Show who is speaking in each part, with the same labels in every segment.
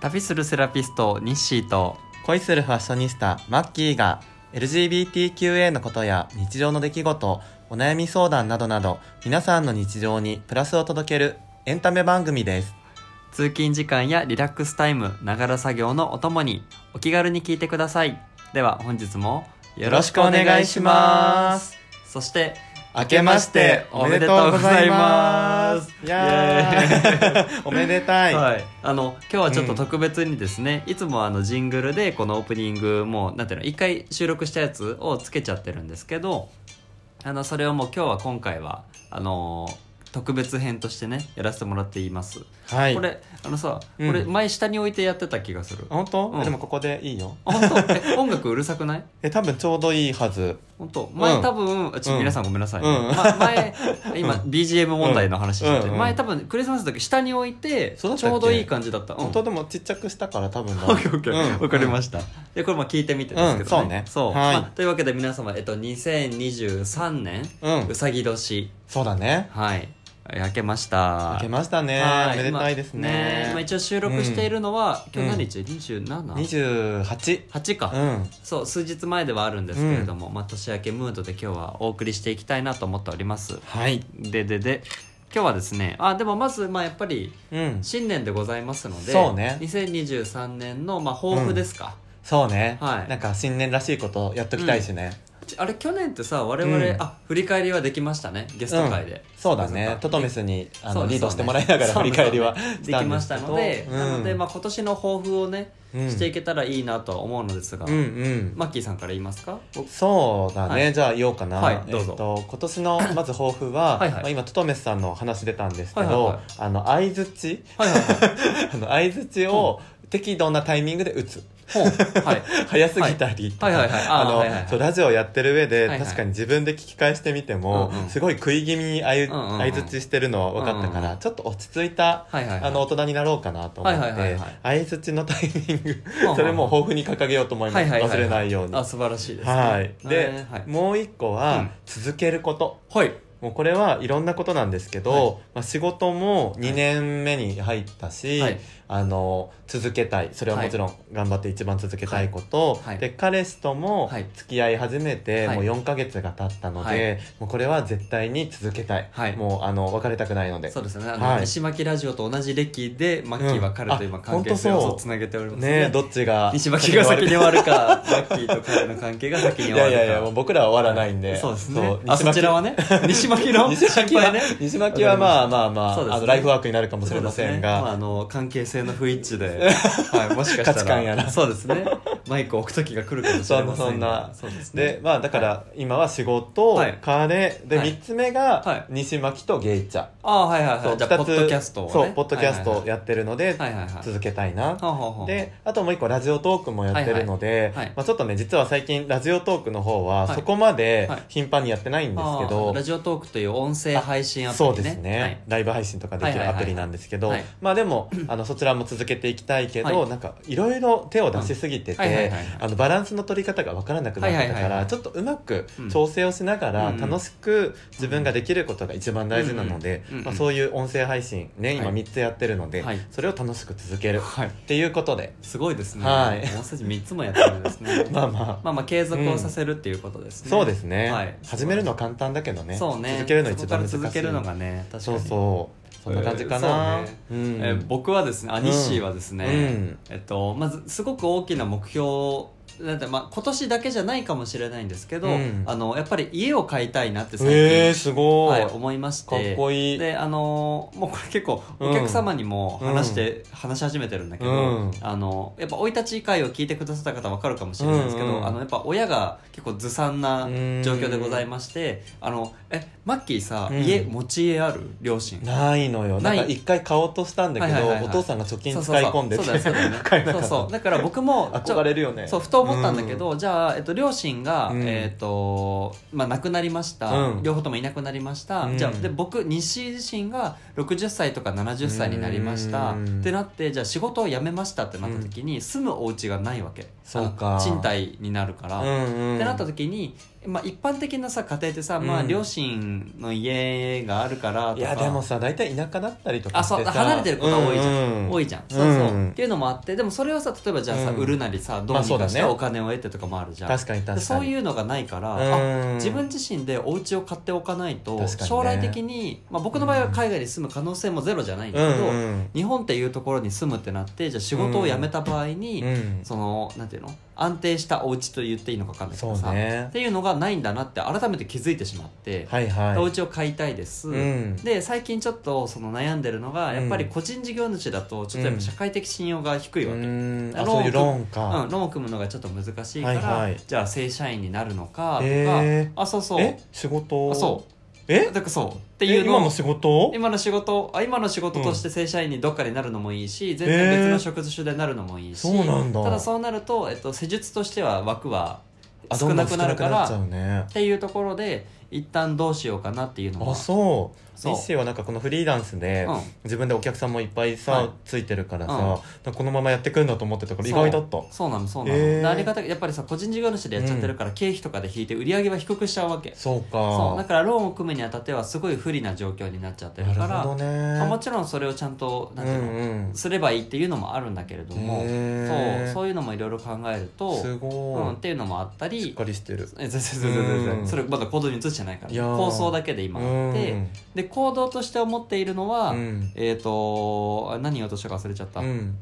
Speaker 1: 旅するセラピストニッシーと
Speaker 2: 恋するファッショニスタマッキーが LGBTQA のことや日常の出来事お悩み相談などなど皆さんの日常にプラスを届けるエンタメ番組です
Speaker 1: 通勤時間やリラックスタイムながら作業のお供にお気軽に聞いてくださいでは本日もよろしくお願いしますそして
Speaker 2: 明
Speaker 1: けましておめでとうございます
Speaker 2: いやー おめでたい、
Speaker 1: はい、あの今日はちょっと特別にですね、いつもあのジングルでこのオープニングもうなんていうの一回収録したやつをつけちゃってるんですけどあのそれをもう今日は今回はあのー特別編としてねやらせてもらっています、
Speaker 2: はい
Speaker 1: これあのさ、
Speaker 2: うん
Speaker 1: これ前下に置いてやってた気がする
Speaker 2: 本当、
Speaker 1: うん
Speaker 2: でもここでいいよ
Speaker 1: あ本当え音楽うるさくない
Speaker 2: え多分ちょうどいいはず
Speaker 1: 本当前、
Speaker 2: うん
Speaker 1: 多分あちょっと
Speaker 2: うん
Speaker 1: 皆さんごめんなさいね、
Speaker 2: うん
Speaker 1: ま前今 BGM 問題の話してて、
Speaker 2: うんうん
Speaker 1: 前多分クリスマスの時下に置いてち
Speaker 2: そう
Speaker 1: ょ
Speaker 2: だったっけ
Speaker 1: うどいい感じだった、うん
Speaker 2: 本当でもちっちゃくしたから多 分
Speaker 1: オ
Speaker 2: だ
Speaker 1: ッケーオッケー、
Speaker 2: うん
Speaker 1: わかりました。で、これも聞いてみてですけどね。
Speaker 2: うんそうね
Speaker 1: そう
Speaker 2: はい
Speaker 1: まあというわけで皆様、えっと、2023年、
Speaker 2: うん、
Speaker 1: うさぎ年、
Speaker 2: そうだね
Speaker 1: はい、明けました。
Speaker 2: 開けましたね
Speaker 1: は
Speaker 2: おめでたいです
Speaker 1: 今ね
Speaker 2: ね
Speaker 1: まあ、一応収録しているのは、
Speaker 2: うん
Speaker 1: 今日何日 ?27?、
Speaker 2: 28
Speaker 1: 8か、
Speaker 2: うん
Speaker 1: そう数日前ではあるんですけれども、まあ、年明けムードで今日はお送りしていきたいなと思っております
Speaker 2: はい
Speaker 1: ででで今日はですねあでもまずまあやっぱり
Speaker 2: うん
Speaker 1: 新年でございますので
Speaker 2: そうね
Speaker 1: 2023年のまあ抱負ですか、
Speaker 2: そうね、
Speaker 1: はい
Speaker 2: なんか新年らしいことやっときたいしね、
Speaker 1: ちあれ去年ってさ我々、
Speaker 2: うん
Speaker 1: あ振り返りはできましたねゲスト会で、
Speaker 2: そうだねトトメ
Speaker 1: ス
Speaker 2: スにあのリードしてもらいながら振り返りは
Speaker 1: できましたので、
Speaker 2: うん
Speaker 1: なので、まあ、今年の抱負をね、
Speaker 2: うん
Speaker 1: していけたらいいなとは思うのですが、
Speaker 2: うんうん
Speaker 1: マッキーさんから言いますか
Speaker 2: そうだね、
Speaker 1: は
Speaker 2: じゃあ言おうかな、
Speaker 1: はいどうぞ
Speaker 2: えっと、今 年のまず抱負は
Speaker 1: はいはい
Speaker 2: まあ、今トトメスさんの話出たんですけど、
Speaker 1: はいはいはい
Speaker 2: あの相づち
Speaker 1: はいはいはい
Speaker 2: あの相づちを適度なタイミングで打つ
Speaker 1: ほうはい
Speaker 2: 早すぎたりとか
Speaker 1: はいはいはいはいあー
Speaker 2: あの
Speaker 1: はいはいはい
Speaker 2: そうラジオやってる上で、
Speaker 1: はいはい
Speaker 2: 確かに自分で聞き返してみても、
Speaker 1: うんうん
Speaker 2: すごい食い気味に相
Speaker 1: うんうんうん
Speaker 2: 相づちしてるのは分かったから、
Speaker 1: うんう
Speaker 2: ちょっと落ち着いた
Speaker 1: はいはいはい
Speaker 2: あの大人になろうかなと思って、
Speaker 1: はいはいはい
Speaker 2: 相づちのタイミング
Speaker 1: はあはあ
Speaker 2: それも抱負に掲げようと思います、
Speaker 1: はいはいはい
Speaker 2: 忘れないように
Speaker 1: あ素晴らしいですね
Speaker 2: はいで、
Speaker 1: えーはい
Speaker 2: もう一個
Speaker 1: うん
Speaker 2: は続けること、
Speaker 1: はい
Speaker 2: もうこれはいろんなことなんですけど、
Speaker 1: はい
Speaker 2: まあ、仕事も2年目に入ったし、
Speaker 1: はい
Speaker 2: あの続けたいそれはもちろん頑張って一番続けたいこと、
Speaker 1: はいはい
Speaker 2: で彼氏とも
Speaker 1: はい
Speaker 2: 付き合い始めて
Speaker 1: はい
Speaker 2: もう4ヶ月が経ったので、
Speaker 1: はい
Speaker 2: もうこれは絶対に続けたい、
Speaker 1: はい
Speaker 2: もうあの別れたくないので
Speaker 1: そうですねあの、
Speaker 2: はい
Speaker 1: 石巻ラジオと同じ歴でマッキーは彼と今
Speaker 2: うんあ
Speaker 1: 関係性
Speaker 2: ほんとそう
Speaker 1: をつなげております
Speaker 2: ねえどっちが
Speaker 1: 西巻が先に終わるか、マッキーと彼の関係が先に終
Speaker 2: い
Speaker 1: わる
Speaker 2: や
Speaker 1: か。
Speaker 2: いやいやもう僕らは終わらないんで、
Speaker 1: そうですね。
Speaker 2: 西
Speaker 1: あ、
Speaker 2: 巻
Speaker 1: そちらは ね、西巻の
Speaker 2: 西
Speaker 1: 心
Speaker 2: 巻は
Speaker 1: 配ね。
Speaker 2: 西巻はまあまあまあ
Speaker 1: そうですね
Speaker 2: あのライフワークになるかもしれません
Speaker 1: そうですねまあ、
Speaker 2: が、
Speaker 1: あの関係性の不一致 で、はい、もしかしたら
Speaker 2: 価値観やら
Speaker 1: そうですねマイクを置く時が来るかもしれませんが
Speaker 2: そ
Speaker 1: そうですね
Speaker 2: でまあだから今は仕事、
Speaker 1: はい
Speaker 2: 彼で
Speaker 1: はい
Speaker 2: 3つ目
Speaker 1: は
Speaker 2: が
Speaker 1: い
Speaker 2: 西巻とゲイチャ、
Speaker 1: ああはいはいはいじゃあポ
Speaker 2: 二つ
Speaker 1: ッドキャストをね
Speaker 2: そうポッドキャストを
Speaker 1: はい
Speaker 2: やってるので
Speaker 1: はいはいはい
Speaker 2: 続けたいな、
Speaker 1: はあはあはあ
Speaker 2: であともう一個ラジオトークもやってるので、
Speaker 1: はいはい
Speaker 2: まあ、ちょっとね実は最近ラジオトークの方は
Speaker 1: はい
Speaker 2: そこまで
Speaker 1: はい
Speaker 2: 頻繁にやってないんですけど、
Speaker 1: ああラジオトークという音声配信アプリ
Speaker 2: そ
Speaker 1: ね
Speaker 2: うですね、
Speaker 1: はい
Speaker 2: ライブ配信とかでき
Speaker 1: はい
Speaker 2: る
Speaker 1: はい
Speaker 2: ア
Speaker 1: はいはい
Speaker 2: プリなんですけど、
Speaker 1: はい
Speaker 2: まあでもあのそちらも続けていきたいけど、
Speaker 1: はい
Speaker 2: なんかいろいろ手を出しすぎて
Speaker 1: うんはいはいはい
Speaker 2: て
Speaker 1: はい
Speaker 2: あのバランスの取り方が分からなくなってたから、
Speaker 1: はいはいはいはい
Speaker 2: ちょっとうまく
Speaker 1: うん
Speaker 2: 調整をしながら、
Speaker 1: うんうん
Speaker 2: 楽しく自分ができることが一番大事なので、
Speaker 1: うんうんうんうん
Speaker 2: まあ、そういう音声配信ね今
Speaker 1: はい
Speaker 2: 3つやってるので、
Speaker 1: はい
Speaker 2: それを楽しく続ける、
Speaker 1: はい
Speaker 2: っていうことです
Speaker 1: ごいですね
Speaker 2: はい
Speaker 1: もうすぐ3つもやってるんですね
Speaker 2: まあまあ、
Speaker 1: まあまあ継続をさせるっていうことですね、
Speaker 2: そうですね、
Speaker 1: はい
Speaker 2: 始めるのは簡単だけどね
Speaker 1: そうね
Speaker 2: 続けるの一番難し
Speaker 1: そこ
Speaker 2: い
Speaker 1: から続けるのがね確か
Speaker 2: そ
Speaker 1: に
Speaker 2: うそうそんな感じかな、
Speaker 1: えーそうね
Speaker 2: うん
Speaker 1: えー僕はですねアニッシーはですね、
Speaker 2: うん
Speaker 1: えっと、まずすごく大きな目標なんて、まあ、今年だけじゃないかもしれないんですけど、
Speaker 2: うん
Speaker 1: あのやっぱり家を買いたいなって最近、
Speaker 2: えー、すご、
Speaker 1: はいい、思いまして
Speaker 2: かっこいい
Speaker 1: であのーもうこれ結構
Speaker 2: うん
Speaker 1: お客様にも話して、話し始めてるんだけど、
Speaker 2: うん
Speaker 1: あのやっぱ生い立ち会を聞いてくださった方わかるかもしれないですけど、
Speaker 2: うんうん
Speaker 1: あのやっぱ親が結構ずさんな状況でございましてあのえマッキーさ、
Speaker 2: うん
Speaker 1: 家持ち家ある両親
Speaker 2: ないのよ
Speaker 1: な
Speaker 2: ないんか一回買おうとしたんだけ
Speaker 1: はいは
Speaker 2: ど
Speaker 1: いはいはい
Speaker 2: お父さんが貯金
Speaker 1: そうそう
Speaker 2: 使い込んでて
Speaker 1: そうそうだよね
Speaker 2: 買えな
Speaker 1: そう
Speaker 2: かった
Speaker 1: そうだから僕もちょ
Speaker 2: 憧れるよね
Speaker 1: そうふと思ったんだけど、じゃあ、えっと、両親が、
Speaker 2: うん
Speaker 1: えっとまあ、亡くなりました、
Speaker 2: うん
Speaker 1: 両方ともいなくなりました、
Speaker 2: うん
Speaker 1: じゃあで僕西自身が60歳とか70歳になりました、
Speaker 2: うん
Speaker 1: ってなってじゃあ仕事を辞めましたってなった時に、住むお家がないわけ
Speaker 2: そうか
Speaker 1: あの賃貸になるから、
Speaker 2: うんうん
Speaker 1: ってなった時にまあ、一般的なさ家庭ってさ、
Speaker 2: うん
Speaker 1: まあ、両親の家があるからとか
Speaker 2: いやでもさ大体田舎だったりとか
Speaker 1: あそう離れてることが多いじゃん、
Speaker 2: う
Speaker 1: 多
Speaker 2: い
Speaker 1: いじゃんそうそう、
Speaker 2: うん
Speaker 1: っていうのもあってでもそれをさ例えばじゃあさ、
Speaker 2: うん
Speaker 1: 売るなりさど
Speaker 2: ま
Speaker 1: う
Speaker 2: あ
Speaker 1: に
Speaker 2: そうだ
Speaker 1: か
Speaker 2: ね
Speaker 1: してお金を得てとかもあるじゃん、
Speaker 2: 確かに確かに
Speaker 1: でそういうのがないから、あ
Speaker 2: うん
Speaker 1: 自分自身でお家を買っておかないと、
Speaker 2: 確かにね
Speaker 1: 将来的に、まあ、僕の場合は海外に住む可能性もゼロじゃないんだけど、
Speaker 2: うんうん
Speaker 1: 日本っていうところに住むってなってじゃあ仕事を辞めた場合に、
Speaker 2: うん
Speaker 1: そのなんていうの安定したお家と言っていいのか分かんないけど
Speaker 2: そう
Speaker 1: さ、
Speaker 2: ね
Speaker 1: っていうのがないんだなって改めて気づいてしまって、
Speaker 2: はいはい
Speaker 1: お家を買いたいです、
Speaker 2: うん
Speaker 1: で最近ちょっとその悩んでるのがやっぱり個人事業主だとちょっとやっぱ社会的信用が低いわけ、うん
Speaker 2: うん
Speaker 1: あ
Speaker 2: あ
Speaker 1: ローン
Speaker 2: そういうローンか、
Speaker 1: ローンを組むのがちょっと難しいから、
Speaker 2: はいはい
Speaker 1: じゃあ正社員になるのかとか、
Speaker 2: へー
Speaker 1: あそうそう
Speaker 2: え仕事
Speaker 1: あそう
Speaker 2: え
Speaker 1: だからそうって
Speaker 2: え
Speaker 1: いうの
Speaker 2: 今
Speaker 1: を
Speaker 2: も仕事
Speaker 1: 今の仕事あ今の仕事として正社員にどっかになるのもいいし、全然別の職種でなるのもいいし、
Speaker 2: そうなんだ
Speaker 1: ただそうなると、えっと、施術としては枠は
Speaker 2: あ
Speaker 1: 少
Speaker 2: どんど
Speaker 1: なんくなるから
Speaker 2: 少なくなっちゃうね
Speaker 1: っていうところで一旦どうしようかなっていうのは
Speaker 2: あそう
Speaker 1: そう
Speaker 2: ミッシーはなんかこのフリーランスで、
Speaker 1: うん
Speaker 2: 自分でお客さんもいっぱいさ、
Speaker 1: はい
Speaker 2: ついてるからさ、
Speaker 1: うん
Speaker 2: なんかこのままやってくるんだと思ってたから意
Speaker 1: そう
Speaker 2: 外だった
Speaker 1: そうなのそうなの、
Speaker 2: へー
Speaker 1: でありがたくやっぱりさ個人事業主でやっちゃってるから、経費とかで引いて売り上げは低くしちゃうわけ
Speaker 2: そう
Speaker 1: そうだ
Speaker 2: か
Speaker 1: からローンを組むにあたってはすごい不利な状況になっちゃってるから
Speaker 2: なるほどね
Speaker 1: まあ、もちろんそれをちゃんとなんていうの、
Speaker 2: うん
Speaker 1: すればいいっていうのもあるんだけれども、
Speaker 2: へー
Speaker 1: そうそういうのもいろいろ考える
Speaker 2: うん、
Speaker 1: と
Speaker 2: す
Speaker 1: う
Speaker 2: ごい、
Speaker 1: ん、っていうのもあった
Speaker 2: しっ
Speaker 1: り
Speaker 2: かりしてる
Speaker 1: え全然全然全
Speaker 2: う
Speaker 1: 然
Speaker 2: ん
Speaker 1: それまだ行動に移してないから
Speaker 2: いやー
Speaker 1: 構想だけで今あって、
Speaker 2: うん
Speaker 1: で行動として思っているのは、
Speaker 2: うん
Speaker 1: えっ、とあ何言おうとしたか忘れちゃった、
Speaker 2: うん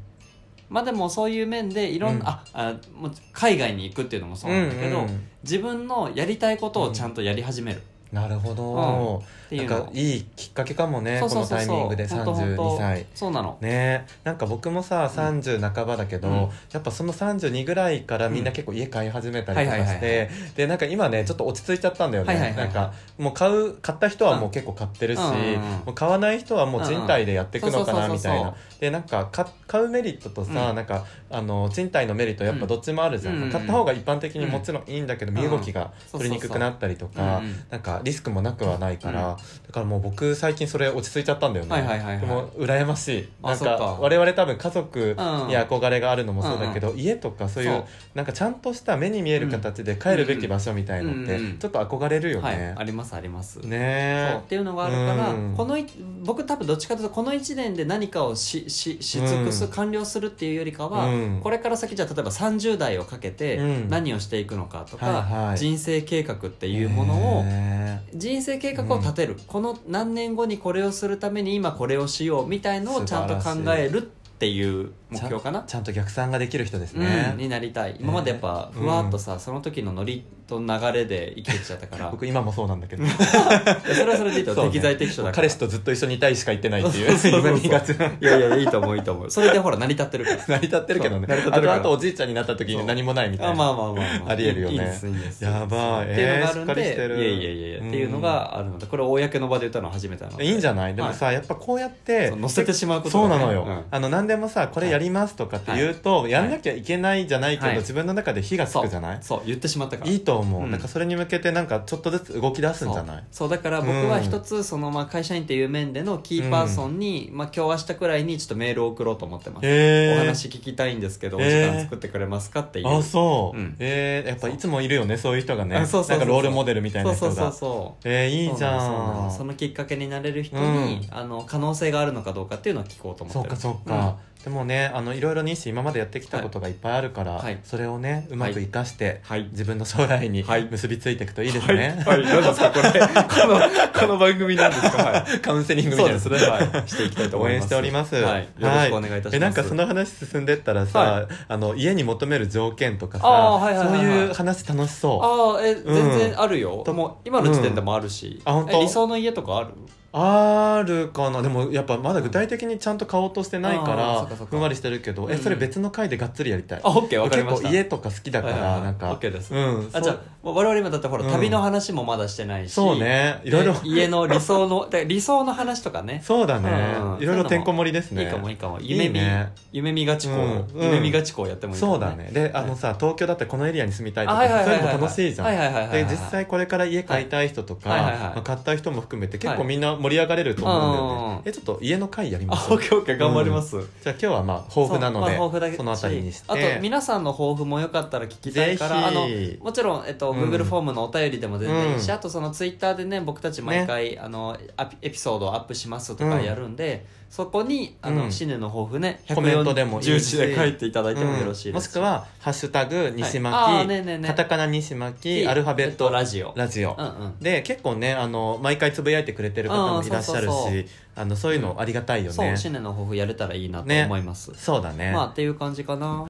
Speaker 1: まあでもそういう面でいろんな、
Speaker 2: うん
Speaker 1: ああもう海外に行くっていうのもそうなんだけど、
Speaker 2: うんうん
Speaker 1: 自分のやりたいことをちゃんとやり始めるっ
Speaker 2: なるほど、
Speaker 1: て
Speaker 2: ないん
Speaker 1: うの
Speaker 2: かいいきっかけかもね
Speaker 1: そうそう
Speaker 2: こ
Speaker 1: そう
Speaker 2: のタイミングで
Speaker 1: そうほんとほんと
Speaker 2: 32歳
Speaker 1: そうなの
Speaker 2: ねなんか僕もさ30半ばだけど、
Speaker 1: うん
Speaker 2: やっぱその32ぐらいからみんな結構家買い始めたりと
Speaker 1: うん
Speaker 2: か
Speaker 1: はい
Speaker 2: し
Speaker 1: はいはい
Speaker 2: てでなんか今ねちょっと落ち着いちゃったんだよね、
Speaker 1: はいはいはい
Speaker 2: なんかもう買う買った人はもう結構買ってるし、
Speaker 1: うんうんうん
Speaker 2: もう買わない人はもう賃貸でやっていくのか
Speaker 1: う
Speaker 2: なん
Speaker 1: うん
Speaker 2: みたい
Speaker 1: そうそうそう
Speaker 2: なでなんかか買うメリットとさ、
Speaker 1: うん
Speaker 2: なんかあの賃貸のメリットやっぱどっちもあるじゃん、
Speaker 1: うんうん
Speaker 2: 買った方が一般的にもちろんいいんだけ
Speaker 1: う
Speaker 2: ど、
Speaker 1: ん
Speaker 2: 身動きが取りにくくなったりとか、
Speaker 1: うんうん
Speaker 2: なんかリスクもなくはないか
Speaker 1: う
Speaker 2: ら、
Speaker 1: ん
Speaker 2: だからもう僕最近それ落ち着いちゃったんだよね、
Speaker 1: はいはいはいはい
Speaker 2: でも羨ましい
Speaker 1: あ
Speaker 2: なんか
Speaker 1: そっか
Speaker 2: 我々多分家族に
Speaker 1: ん
Speaker 2: 憧れがあるのもそうだけど、家とかそういう
Speaker 1: そう
Speaker 2: なんかちゃんとした目に見える形で帰るべき場所みたいのっ
Speaker 1: うんう
Speaker 2: て
Speaker 1: ん
Speaker 2: ちょっと憧れるよ
Speaker 1: はい
Speaker 2: ね、
Speaker 1: ありますあります、そう
Speaker 2: ね
Speaker 1: っていうのがあるから、
Speaker 2: うん
Speaker 1: このい僕多分どっちかというとこの1年で何かをししし尽くす、
Speaker 2: うん
Speaker 1: 完了するっていうよりかは、
Speaker 2: うん
Speaker 1: これから先じゃあ例えば30代をかけて
Speaker 2: うん
Speaker 1: 何をしていくのかとか、
Speaker 2: はいはい
Speaker 1: 人生計画って
Speaker 2: え
Speaker 1: いうものを、
Speaker 2: ね
Speaker 1: 人生計画を立てる、この何年後にこれをするために今これをしようみたいのをちゃんと
Speaker 2: 素
Speaker 1: 考
Speaker 2: 晴らしい
Speaker 1: えるっていう目標かな
Speaker 2: ちゃんと逆算ができる人です
Speaker 1: うん、
Speaker 2: ね、
Speaker 1: になりたい今までやっぱ
Speaker 2: うん
Speaker 1: ふわっとさ、その時のノリと流れで生きてきちゃったから
Speaker 2: 僕今もそうなんだけど
Speaker 1: それはそれでいいと
Speaker 2: そう
Speaker 1: 思う
Speaker 2: ね
Speaker 1: 適材適所だから
Speaker 2: 彼氏とずっと一緒にいたいしか言ってないってい
Speaker 1: そうそうそうそう
Speaker 2: う夢見がちない
Speaker 1: やいやいいと思ういいと思うそれでほら成り立ってるか
Speaker 2: 成り立ってるけどね
Speaker 1: そう成り立っ
Speaker 2: あ
Speaker 1: てる
Speaker 2: と
Speaker 1: から
Speaker 2: あとおじいちゃんになった時に何もないみたい
Speaker 1: ら
Speaker 2: な
Speaker 1: あまあまあまあ、まあ、
Speaker 2: ありえるよね
Speaker 1: いいんですいいんです
Speaker 2: やばい
Speaker 1: っていうのがあ
Speaker 2: えー
Speaker 1: るん
Speaker 2: しっかり
Speaker 1: で
Speaker 2: し、てる
Speaker 1: いやいやいやいや、
Speaker 2: うん
Speaker 1: っていうのがあるのでこれ公の場で言ったのは初めてなので
Speaker 2: いいんじゃないでもさ、
Speaker 1: は
Speaker 2: やっぱこうやって
Speaker 1: そう乗せてしまうこと
Speaker 2: そう
Speaker 1: がね
Speaker 2: なのよ、
Speaker 1: うん
Speaker 2: あの何でもさこれやりますとかって言うと、やんなきゃいけないじゃないけど、
Speaker 1: はい
Speaker 2: 自分の中で火がつくじゃない、
Speaker 1: そう言ってしまったから
Speaker 2: い、いと思う、
Speaker 1: うん
Speaker 2: なんかそれに向けてなんかちょっとずつ動き出すんじゃない
Speaker 1: そうそうだから僕は一つそのまあ会社員っていう面でのキーパーソンに、まあ、今日明日くらいにちょっとメールを送ろうと思ってます、
Speaker 2: へえ
Speaker 1: お話聞きたいんですけど、
Speaker 2: えー
Speaker 1: お時間作ってくれますかっていう
Speaker 2: あそう、
Speaker 1: うん
Speaker 2: えーやっぱいつもいるよねそういう人がね
Speaker 1: あそうそうそうそう
Speaker 2: なんかロールモデルみたい
Speaker 1: そ
Speaker 2: な
Speaker 1: うそ
Speaker 2: 人
Speaker 1: う
Speaker 2: が
Speaker 1: そうそう
Speaker 2: えー、いいじ
Speaker 1: そう
Speaker 2: ゃ
Speaker 1: なのそうなの
Speaker 2: ん
Speaker 1: そのきっかけになれる人に、あの可能性があるのかどうかっていうのを聞こうと思
Speaker 2: そ
Speaker 1: って
Speaker 2: うか
Speaker 1: る
Speaker 2: そうか、でもねあのいろいろ西今までやってきたことがいっぱいあるから、
Speaker 1: はい
Speaker 2: それをねうまく生かして、
Speaker 1: はい
Speaker 2: 自分の将来に
Speaker 1: はい
Speaker 2: 結びついていくといいですね、
Speaker 1: はい、何ですかこれこのこの番組なんですかはい
Speaker 2: カウンセリングみた
Speaker 1: そ
Speaker 2: いうな
Speaker 1: ですね、はい、していきたいと思
Speaker 2: 応
Speaker 1: い
Speaker 2: 援
Speaker 1: ます
Speaker 2: しております。
Speaker 1: はい、よろしくお願いいたします、
Speaker 2: え、なんかその話進んでったらさ、
Speaker 1: は
Speaker 2: あの、家に求める条件とかさ、
Speaker 1: あーはいはいはいはい
Speaker 2: そういう話楽しそう。
Speaker 1: ああえ
Speaker 2: ん
Speaker 1: 全然あるよ、
Speaker 2: と
Speaker 1: もう今の時点でもあるし、
Speaker 2: うんあ本当
Speaker 1: え理想の家とかある
Speaker 2: あるかなでもやっぱまだ具体的にちゃんと買おうとしてないか
Speaker 1: あーそ
Speaker 2: ら
Speaker 1: っかそっか
Speaker 2: ふんわりしてるけど、
Speaker 1: うん
Speaker 2: え
Speaker 1: うん
Speaker 2: それ別の回でがっつりやりたい
Speaker 1: あオッケーわかり
Speaker 2: 結
Speaker 1: まし
Speaker 2: 構
Speaker 1: た
Speaker 2: 家とか好きだから、
Speaker 1: はいはいはい
Speaker 2: なんか
Speaker 1: オッケーです
Speaker 2: うんそ
Speaker 1: あ
Speaker 2: う
Speaker 1: じゃあもう我々今だってほら、
Speaker 2: うん
Speaker 1: 旅の話もまだしてないし
Speaker 2: そうねいろいろ
Speaker 1: で家の理想のだから理想の話とかね
Speaker 2: そうだね、
Speaker 1: うんうん
Speaker 2: いろいろてんこ盛りですね
Speaker 1: いいかもいいかも
Speaker 2: いい
Speaker 1: 夢見
Speaker 2: ね
Speaker 1: 夢見がちこう、
Speaker 2: うんうん
Speaker 1: 夢見がちこうやってもいいかも
Speaker 2: そうだねであのさ東京だったらこのエリアに住みたいと
Speaker 1: あ
Speaker 2: か、
Speaker 1: はいはいはい
Speaker 2: そういうのも楽しいじゃん、
Speaker 1: はいはいはいはいはい
Speaker 2: で実際これから家買いたい人とか、
Speaker 1: はいはいはい
Speaker 2: まあ買った人も含めて結
Speaker 1: は
Speaker 2: 構
Speaker 1: い
Speaker 2: みんな盛り上がれると思うんだよ
Speaker 1: うんうんう
Speaker 2: ね
Speaker 1: ん
Speaker 2: えちょっと家の会やりま
Speaker 1: あ
Speaker 2: す
Speaker 1: オッケーオッケー頑張ります、
Speaker 2: じゃあ今日はまあ抱負な
Speaker 1: そ
Speaker 2: ので
Speaker 1: うまあ、抱負だけ
Speaker 2: そのあたりにして
Speaker 1: あと皆さんの抱負もよかったら聞きたいからあの
Speaker 2: ぜひ
Speaker 1: もちろん、えっと、
Speaker 2: うん
Speaker 1: Google フォームのお便りでも全然いいし、
Speaker 2: うん
Speaker 1: あとその Twitter でね僕たち毎回、あのアピエピソードをアップしますとかやるんで、そこにあの、
Speaker 2: うん
Speaker 1: シネの抱負ね
Speaker 2: コメントでもいいし
Speaker 1: 140字で書いていただいてもよろしい
Speaker 2: うんも
Speaker 1: で
Speaker 2: し
Speaker 1: すし、
Speaker 2: くは「ハッシュタグ西巻、
Speaker 1: はいあーねえねえねえ
Speaker 2: カタカナ西巻アルファベ
Speaker 1: え
Speaker 2: ッ
Speaker 1: っと
Speaker 2: ト
Speaker 1: ラジオ
Speaker 2: ラジオ
Speaker 1: うんうん
Speaker 2: で結構ねあの毎回つぶやいてくれてる方もいらっしゃる
Speaker 1: う
Speaker 2: し
Speaker 1: んそうそうそう
Speaker 2: あのそういうのありがたいよ
Speaker 1: そ
Speaker 2: ね
Speaker 1: うシネの抱負やれたらいいなと思います、
Speaker 2: そうだね、
Speaker 1: まあっていう感じかな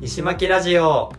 Speaker 1: 西巻ラジオ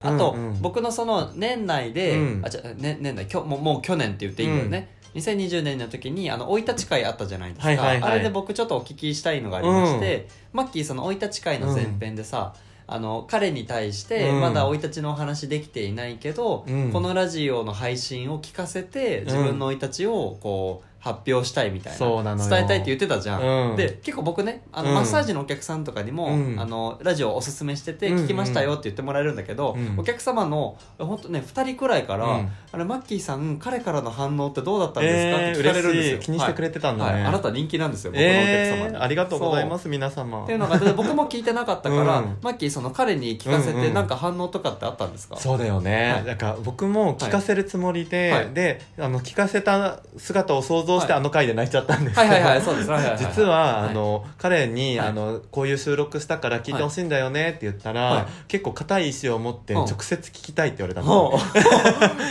Speaker 1: あと、
Speaker 2: うんうん
Speaker 1: 僕のその年内で、
Speaker 2: うん
Speaker 1: あじゃ、ね、年内きょもうもう去年って言っていいんだよね、2020年の時にあの生い立ち会あったじゃないですか、
Speaker 2: はいはいはい
Speaker 1: あれで僕ちょっとお聞きしたいのがありまして、マッキーその生い立ち会の前編でさ、あの彼に対して
Speaker 2: うん
Speaker 1: まだ生い立ちのお話できていないけど、
Speaker 2: うん
Speaker 1: このラジオの配信を聞かせて
Speaker 2: ん
Speaker 1: 自分の生い立ちをこう発表したいみたいな
Speaker 2: そうなのよ
Speaker 1: 伝えたいって言ってたじゃん、
Speaker 2: うん
Speaker 1: で結構僕ねあの、
Speaker 2: うん
Speaker 1: マッサージのお客さんとかにも、
Speaker 2: うん
Speaker 1: あのラジオおすすめしてて
Speaker 2: うんうん
Speaker 1: 聞きましたよって言ってもらえるんだけど、
Speaker 2: うん
Speaker 1: お客様の本当ね2人くらいから、
Speaker 2: うん
Speaker 1: あれマッキーさん彼からの反応ってどうだったん
Speaker 2: え
Speaker 1: です
Speaker 2: ー
Speaker 1: か、って聞かれる
Speaker 2: 嬉
Speaker 1: んです
Speaker 2: し
Speaker 1: よ
Speaker 2: い気にしてくれてたんだね、
Speaker 1: はいはいあなた人気なんですよ僕のお客様
Speaker 2: え
Speaker 1: に、
Speaker 2: ー、ありがとうございますす皆様
Speaker 1: っていうのがで僕も聞いてなかったから、
Speaker 2: うん
Speaker 1: マッキーその彼に聞かせ
Speaker 2: うんう
Speaker 1: て
Speaker 2: ん
Speaker 1: なんか反応とかってあったんですか、
Speaker 2: そうだよね、
Speaker 1: はい
Speaker 2: なんか僕も聞かせるつもりで、
Speaker 1: はい
Speaker 2: であの聞かせた姿を想像して
Speaker 1: は
Speaker 2: あの回で泣いちゃったんです
Speaker 1: はいはいはい
Speaker 2: い
Speaker 1: そうです、はいはいはい、
Speaker 2: 実は、
Speaker 1: はい
Speaker 2: あの彼に、
Speaker 1: はい
Speaker 2: あのこういう収録したから聞いてほしいんだよねって言ったら、
Speaker 1: はい
Speaker 2: 結構硬い意志を持って
Speaker 1: うん
Speaker 2: 直接聞きたいって言われたの、
Speaker 1: ほう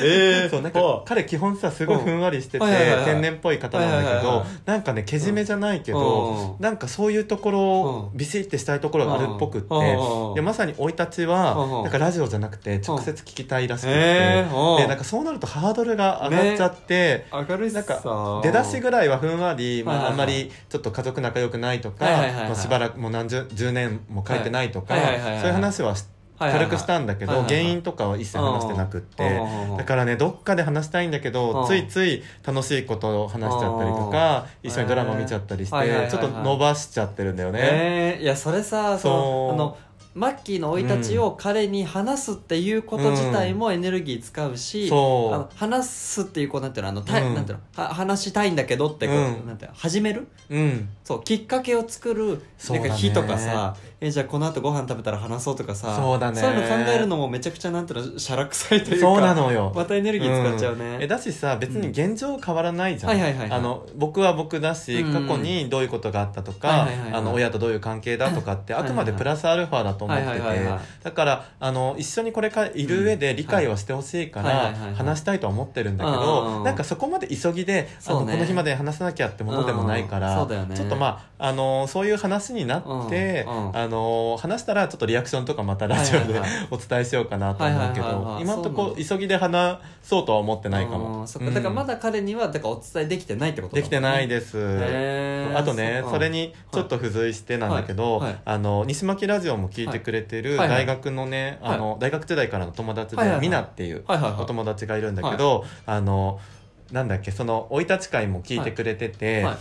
Speaker 1: えー
Speaker 2: そうなんか
Speaker 1: ほ
Speaker 2: 彼基本さすごいふんわりしてて
Speaker 1: うんはいはいはいはい
Speaker 2: 天然っぽい方なんだけ
Speaker 1: はいはい
Speaker 2: ど
Speaker 1: はいは
Speaker 2: なんかねけじめじゃないけ
Speaker 1: う
Speaker 2: ど
Speaker 1: ん
Speaker 2: なんかそういうところを
Speaker 1: うん
Speaker 2: ビシッてしたいところがあるっぽくって
Speaker 1: うん
Speaker 2: でまさに生い立ち
Speaker 1: う
Speaker 2: は
Speaker 1: ん
Speaker 2: なんかラジオじゃなくて直接聞きたいらしくて
Speaker 1: え
Speaker 2: で
Speaker 1: ーうん
Speaker 2: なんかそうなるとハードルが上がっちゃって
Speaker 1: 明るいっす
Speaker 2: なん
Speaker 1: さ
Speaker 2: か出だしぐらいはふんわり、まあ、あ
Speaker 1: はいは
Speaker 2: んま
Speaker 1: いはい
Speaker 2: りちょっと家族仲良くないとか
Speaker 1: はいはいはいはい
Speaker 2: もうしばらくもう何十10年も書いてないとか
Speaker 1: はい
Speaker 2: そ
Speaker 1: うはいはいはい
Speaker 2: いう話はし
Speaker 1: はいはいはい
Speaker 2: 軽くしたんだけ
Speaker 1: はい
Speaker 2: ど
Speaker 1: はいはい
Speaker 2: 原因とかは一切話してなくって
Speaker 1: うんうんうん
Speaker 2: だからねどっかで話したいんだけ
Speaker 1: う
Speaker 2: ど
Speaker 1: ん
Speaker 2: ついつい楽しいことを話しちゃったりとか一緒にドラマ見ちゃったりして
Speaker 1: はいはいはいはい
Speaker 2: ちょっと伸ばしちゃってるんだよね。
Speaker 1: えーいやそれさその
Speaker 2: そう
Speaker 1: あのマッキーの生い立ちを彼に話すっていうこと自体もエネルギー使うし、
Speaker 2: そう
Speaker 1: あの話すっていうこうなんていうのあのた、
Speaker 2: うん
Speaker 1: なんていうのは話したいんだけどってこう、
Speaker 2: うん
Speaker 1: なんていうの始める
Speaker 2: うん
Speaker 1: そうきっかけを作る
Speaker 2: そう
Speaker 1: なん
Speaker 2: だ
Speaker 1: か
Speaker 2: ね
Speaker 1: 日とかさ、えじゃあこの後ご飯食べたら話そうとかさ
Speaker 2: そうだね
Speaker 1: いうの考えるのもめちゃくちゃなんていうのしゃらくさいというか
Speaker 2: そうなのよ
Speaker 1: またエネルギー使っちゃうね、
Speaker 2: んえだしさ別に現状変わらないじゃん、
Speaker 1: うんはいはいはいはい
Speaker 2: あの僕は僕だし、
Speaker 1: うん
Speaker 2: 過去にどういうことがあったと
Speaker 1: は
Speaker 2: か
Speaker 1: いはいはいはい
Speaker 2: あの親とどういう関係だとかって
Speaker 1: はい
Speaker 2: あ
Speaker 1: はい
Speaker 2: く
Speaker 1: はい
Speaker 2: までプラスアルファだと思って
Speaker 1: は
Speaker 2: て
Speaker 1: いはいはいはい
Speaker 2: だからあの一緒にこれからいる上で理解はしてほしいか
Speaker 1: はいは
Speaker 2: ら
Speaker 1: いはいはい
Speaker 2: 話したいとは思ってるんだけ
Speaker 1: うんうんう
Speaker 2: ど
Speaker 1: ん
Speaker 2: なんかそこまで急ぎであ
Speaker 1: そ
Speaker 2: の
Speaker 1: うね
Speaker 2: この日まで話さなきゃってものでもないか
Speaker 1: うん
Speaker 2: ら
Speaker 1: そうだよね
Speaker 2: ちょっとまああのそういう話になって
Speaker 1: うんうん
Speaker 2: あの話したらちょっとリアクションとかまたラジオ
Speaker 1: はい
Speaker 2: で
Speaker 1: はいは
Speaker 2: お伝えしようかなと思うけ
Speaker 1: はいはいはい
Speaker 2: ど
Speaker 1: はい
Speaker 2: 今の
Speaker 1: そ
Speaker 2: と
Speaker 1: うなん
Speaker 2: こ
Speaker 1: だ
Speaker 2: 急ぎで話そうとは思ってないか
Speaker 1: う
Speaker 2: も
Speaker 1: んそっかだからま
Speaker 2: だ
Speaker 1: だ彼にはだからお伝えできてないってことだ
Speaker 2: できてない
Speaker 1: で
Speaker 2: です、
Speaker 1: へー
Speaker 2: あとね
Speaker 1: っ
Speaker 2: そ
Speaker 1: か
Speaker 2: れにちょっと付随してなんだけど、
Speaker 1: はいはい
Speaker 2: あの西巻ラジオも聞いてくれてる
Speaker 1: はいはい
Speaker 2: 大学のね、
Speaker 1: はい
Speaker 2: あの大学時代からの友達で、
Speaker 1: はいはいはい
Speaker 2: ミナっていう
Speaker 1: はいはいはい
Speaker 2: お友達がいるんだけど、あのなんだっけその生い立ち会も聞いてくれてて、
Speaker 1: はい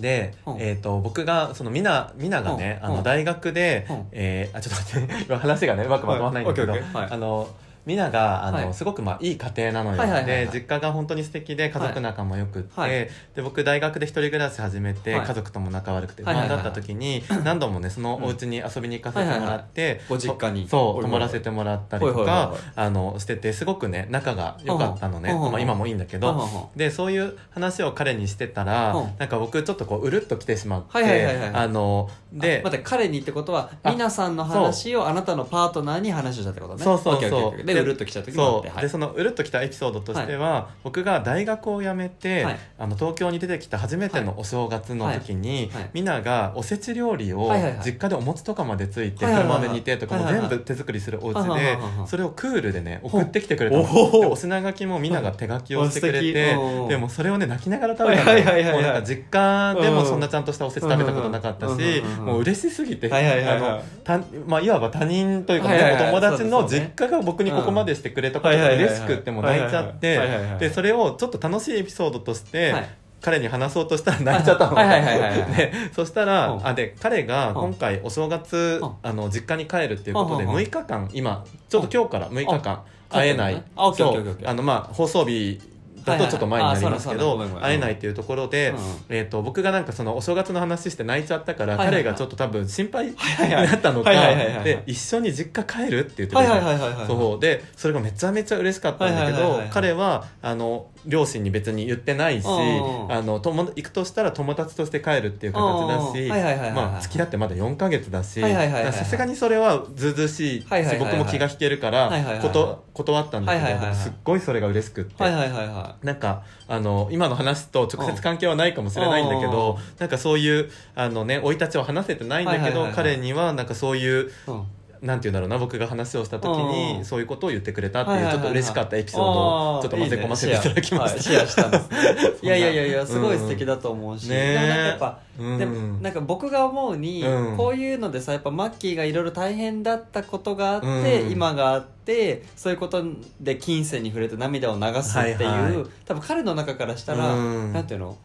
Speaker 2: で、
Speaker 1: うん
Speaker 2: えー、と僕がそのミナミナがね、
Speaker 1: うん
Speaker 2: あ
Speaker 1: うん
Speaker 2: の大学で、
Speaker 1: うん
Speaker 2: えーあちょっと待って 今話がねうまくまとまらないんだけど、
Speaker 1: はいオッケーオッケーはい
Speaker 2: あのミナがあの、
Speaker 1: はい
Speaker 2: すごくまあいい家庭なのよ、
Speaker 1: はいはいはいはい
Speaker 2: で実家が本当に素敵で家族仲もよくって、
Speaker 1: はいはい
Speaker 2: で僕大学で一人暮らし始めて、
Speaker 1: はい
Speaker 2: 家族とも仲悪くて不
Speaker 1: はいはい
Speaker 2: 安
Speaker 1: はい
Speaker 2: だった時に、何度もねそのお家に遊びに行かせてもらって、
Speaker 1: ご実家に
Speaker 2: そう
Speaker 1: おいおいおい
Speaker 2: 泊まらせてもらったり
Speaker 1: おい
Speaker 2: と
Speaker 1: おいおい
Speaker 2: か
Speaker 1: おい
Speaker 2: あのしててすごくね仲が良かったのね、
Speaker 1: うんうんうん
Speaker 2: まあ、今もいいんだけど、
Speaker 1: うんうんうん
Speaker 2: でそういう話を彼にしてたら、
Speaker 1: うん
Speaker 2: なんか僕ちょっとこううるっと来てしまって、
Speaker 1: はいはいはいはい
Speaker 2: あので
Speaker 1: あ待って彼にってことは
Speaker 2: あ
Speaker 1: 皆さんの話をあなたのパートナーに話をしたってことね
Speaker 2: そうそうそう
Speaker 1: オッケーオッケーオッケーで
Speaker 2: で
Speaker 1: うるっときちゃった時もあっ
Speaker 2: そ
Speaker 1: て
Speaker 2: う、
Speaker 1: はい
Speaker 2: でそのうるっときたエピソードとしては、僕が大学を辞めて、
Speaker 1: はい
Speaker 2: あの東京に出てきた初めてのお正月の時に、
Speaker 1: はいはい
Speaker 2: みんながおせち料理を
Speaker 1: はいはいはい
Speaker 2: 実家でお餅とかまでついて、
Speaker 1: はいはいはいはい
Speaker 2: 車で煮てとかも
Speaker 1: はいはいは
Speaker 2: 全
Speaker 1: い
Speaker 2: 部手作りするお家で、
Speaker 1: はいはいはいはい
Speaker 2: それをクールでね送ってきてくれた
Speaker 1: おほ
Speaker 2: の
Speaker 1: ほ
Speaker 2: でお品書きもみんなが手書きをしてく
Speaker 1: は
Speaker 2: れ
Speaker 1: い
Speaker 2: て
Speaker 1: お素敵おー
Speaker 2: でもそれをね泣きながら食べたの
Speaker 1: は
Speaker 2: よ
Speaker 1: いはいはいはい
Speaker 2: もうなんか実家でもそんなちゃんとしたおせち食べたことなかったし
Speaker 1: うんうんうん
Speaker 2: もう嬉しすぎて
Speaker 1: はいはいはいはい
Speaker 2: あのたまあ、いわば他人というか、ね
Speaker 1: はいはいはい
Speaker 2: お友達
Speaker 1: そう
Speaker 2: の
Speaker 1: ですよね
Speaker 2: 実家が僕にここまでしてくれたこと
Speaker 1: うんは
Speaker 2: が
Speaker 1: いはいはい
Speaker 2: 嬉
Speaker 1: はい
Speaker 2: しくってもう泣いちゃっ
Speaker 1: はいはいはいは
Speaker 2: て
Speaker 1: い
Speaker 2: でそれをちょっと楽しいエピソードとして、
Speaker 1: はい
Speaker 2: 彼に話そうとしたら泣いちゃったの、
Speaker 1: はいはいはいはいはい
Speaker 2: でそしたら、
Speaker 1: うん
Speaker 2: あで彼が
Speaker 1: ん
Speaker 2: 今回お正月、
Speaker 1: うん
Speaker 2: あの実家に帰るっていうことで、
Speaker 1: うんうんうん
Speaker 2: 6日間今ちょうど今日から6日間、
Speaker 1: あ
Speaker 2: 会えない
Speaker 1: あオッケー
Speaker 2: そ
Speaker 1: オッケーオッ
Speaker 2: う
Speaker 1: ケー
Speaker 2: あのまあ放送日だとちょっと前になりますけ
Speaker 1: はい
Speaker 2: ど
Speaker 1: はいはいあそうだそうだごめんごめん
Speaker 2: 会えないっていうところで、
Speaker 1: うん
Speaker 2: えー、と僕がなんかそのお正月の話して泣いちゃったから、
Speaker 1: はいはいはい
Speaker 2: 彼がちょっと多分心配に
Speaker 1: いはいはい
Speaker 2: なったのか
Speaker 1: はいはいはいはい
Speaker 2: で一緒に実家帰るって言って
Speaker 1: は
Speaker 2: た
Speaker 1: い
Speaker 2: じゃ
Speaker 1: は
Speaker 2: ん
Speaker 1: いはいはいはい
Speaker 2: そうでそれがめちゃめちゃ嬉しかったんだけ
Speaker 1: はいはいはい
Speaker 2: ど
Speaker 1: はい
Speaker 2: 彼はあの両親に別に言ってないし
Speaker 1: うんうんうん
Speaker 2: あの友行くとしたら友達として帰るっていう形だ
Speaker 1: うんう
Speaker 2: し
Speaker 1: んはいはいはいはいはい
Speaker 2: まあ付き合ってまだ4か月だし
Speaker 1: は
Speaker 2: だ
Speaker 1: い
Speaker 2: か
Speaker 1: はいはいはいはい
Speaker 2: らさすがにそれはずうずうしいし
Speaker 1: はいはいはいはい
Speaker 2: 僕も気が引けるか
Speaker 1: はいはいはい
Speaker 2: ら
Speaker 1: はい
Speaker 2: こと断ったんだ
Speaker 1: はい
Speaker 2: け
Speaker 1: はいはいは
Speaker 2: ど
Speaker 1: い
Speaker 2: すっごいそれが嬉しくって。
Speaker 1: はいはいはいは
Speaker 2: なんかあの今の話と直接関係はないかもしれないんだけどなんかそういうあのね生い立ちを話せてないんだけど
Speaker 1: はいはいはいはい
Speaker 2: 彼にはなんかそうい
Speaker 1: い、
Speaker 2: う
Speaker 1: うん
Speaker 2: なんて言うんだろうな僕が話をした時
Speaker 1: う
Speaker 2: に
Speaker 1: ん
Speaker 2: そういうことを言ってくれたって
Speaker 1: はい
Speaker 2: い
Speaker 1: は
Speaker 2: う
Speaker 1: い
Speaker 2: ち
Speaker 1: はい
Speaker 2: ょっ
Speaker 1: はい
Speaker 2: と嬉しかったエピソードをちょっと混ぜ込ませていただきま
Speaker 1: あーいいね
Speaker 2: し 、
Speaker 1: シェアはいシェアしたんです、ね
Speaker 2: そん
Speaker 1: いや
Speaker 2: な
Speaker 1: いやいやいやすごい素敵だと思うし、
Speaker 2: ねえ
Speaker 1: でもなんかやっぱ
Speaker 2: た。うん
Speaker 1: でもなんか僕が思うに、
Speaker 2: うん
Speaker 1: こういうのでさやっぱマッキーがいろいろ大変だったことがあって、
Speaker 2: うん
Speaker 1: 今があってそういうことで金銭に触れて涙を流すっていう、
Speaker 2: はいはい
Speaker 1: 多分彼の中からしたら、
Speaker 2: うん
Speaker 1: なんていうの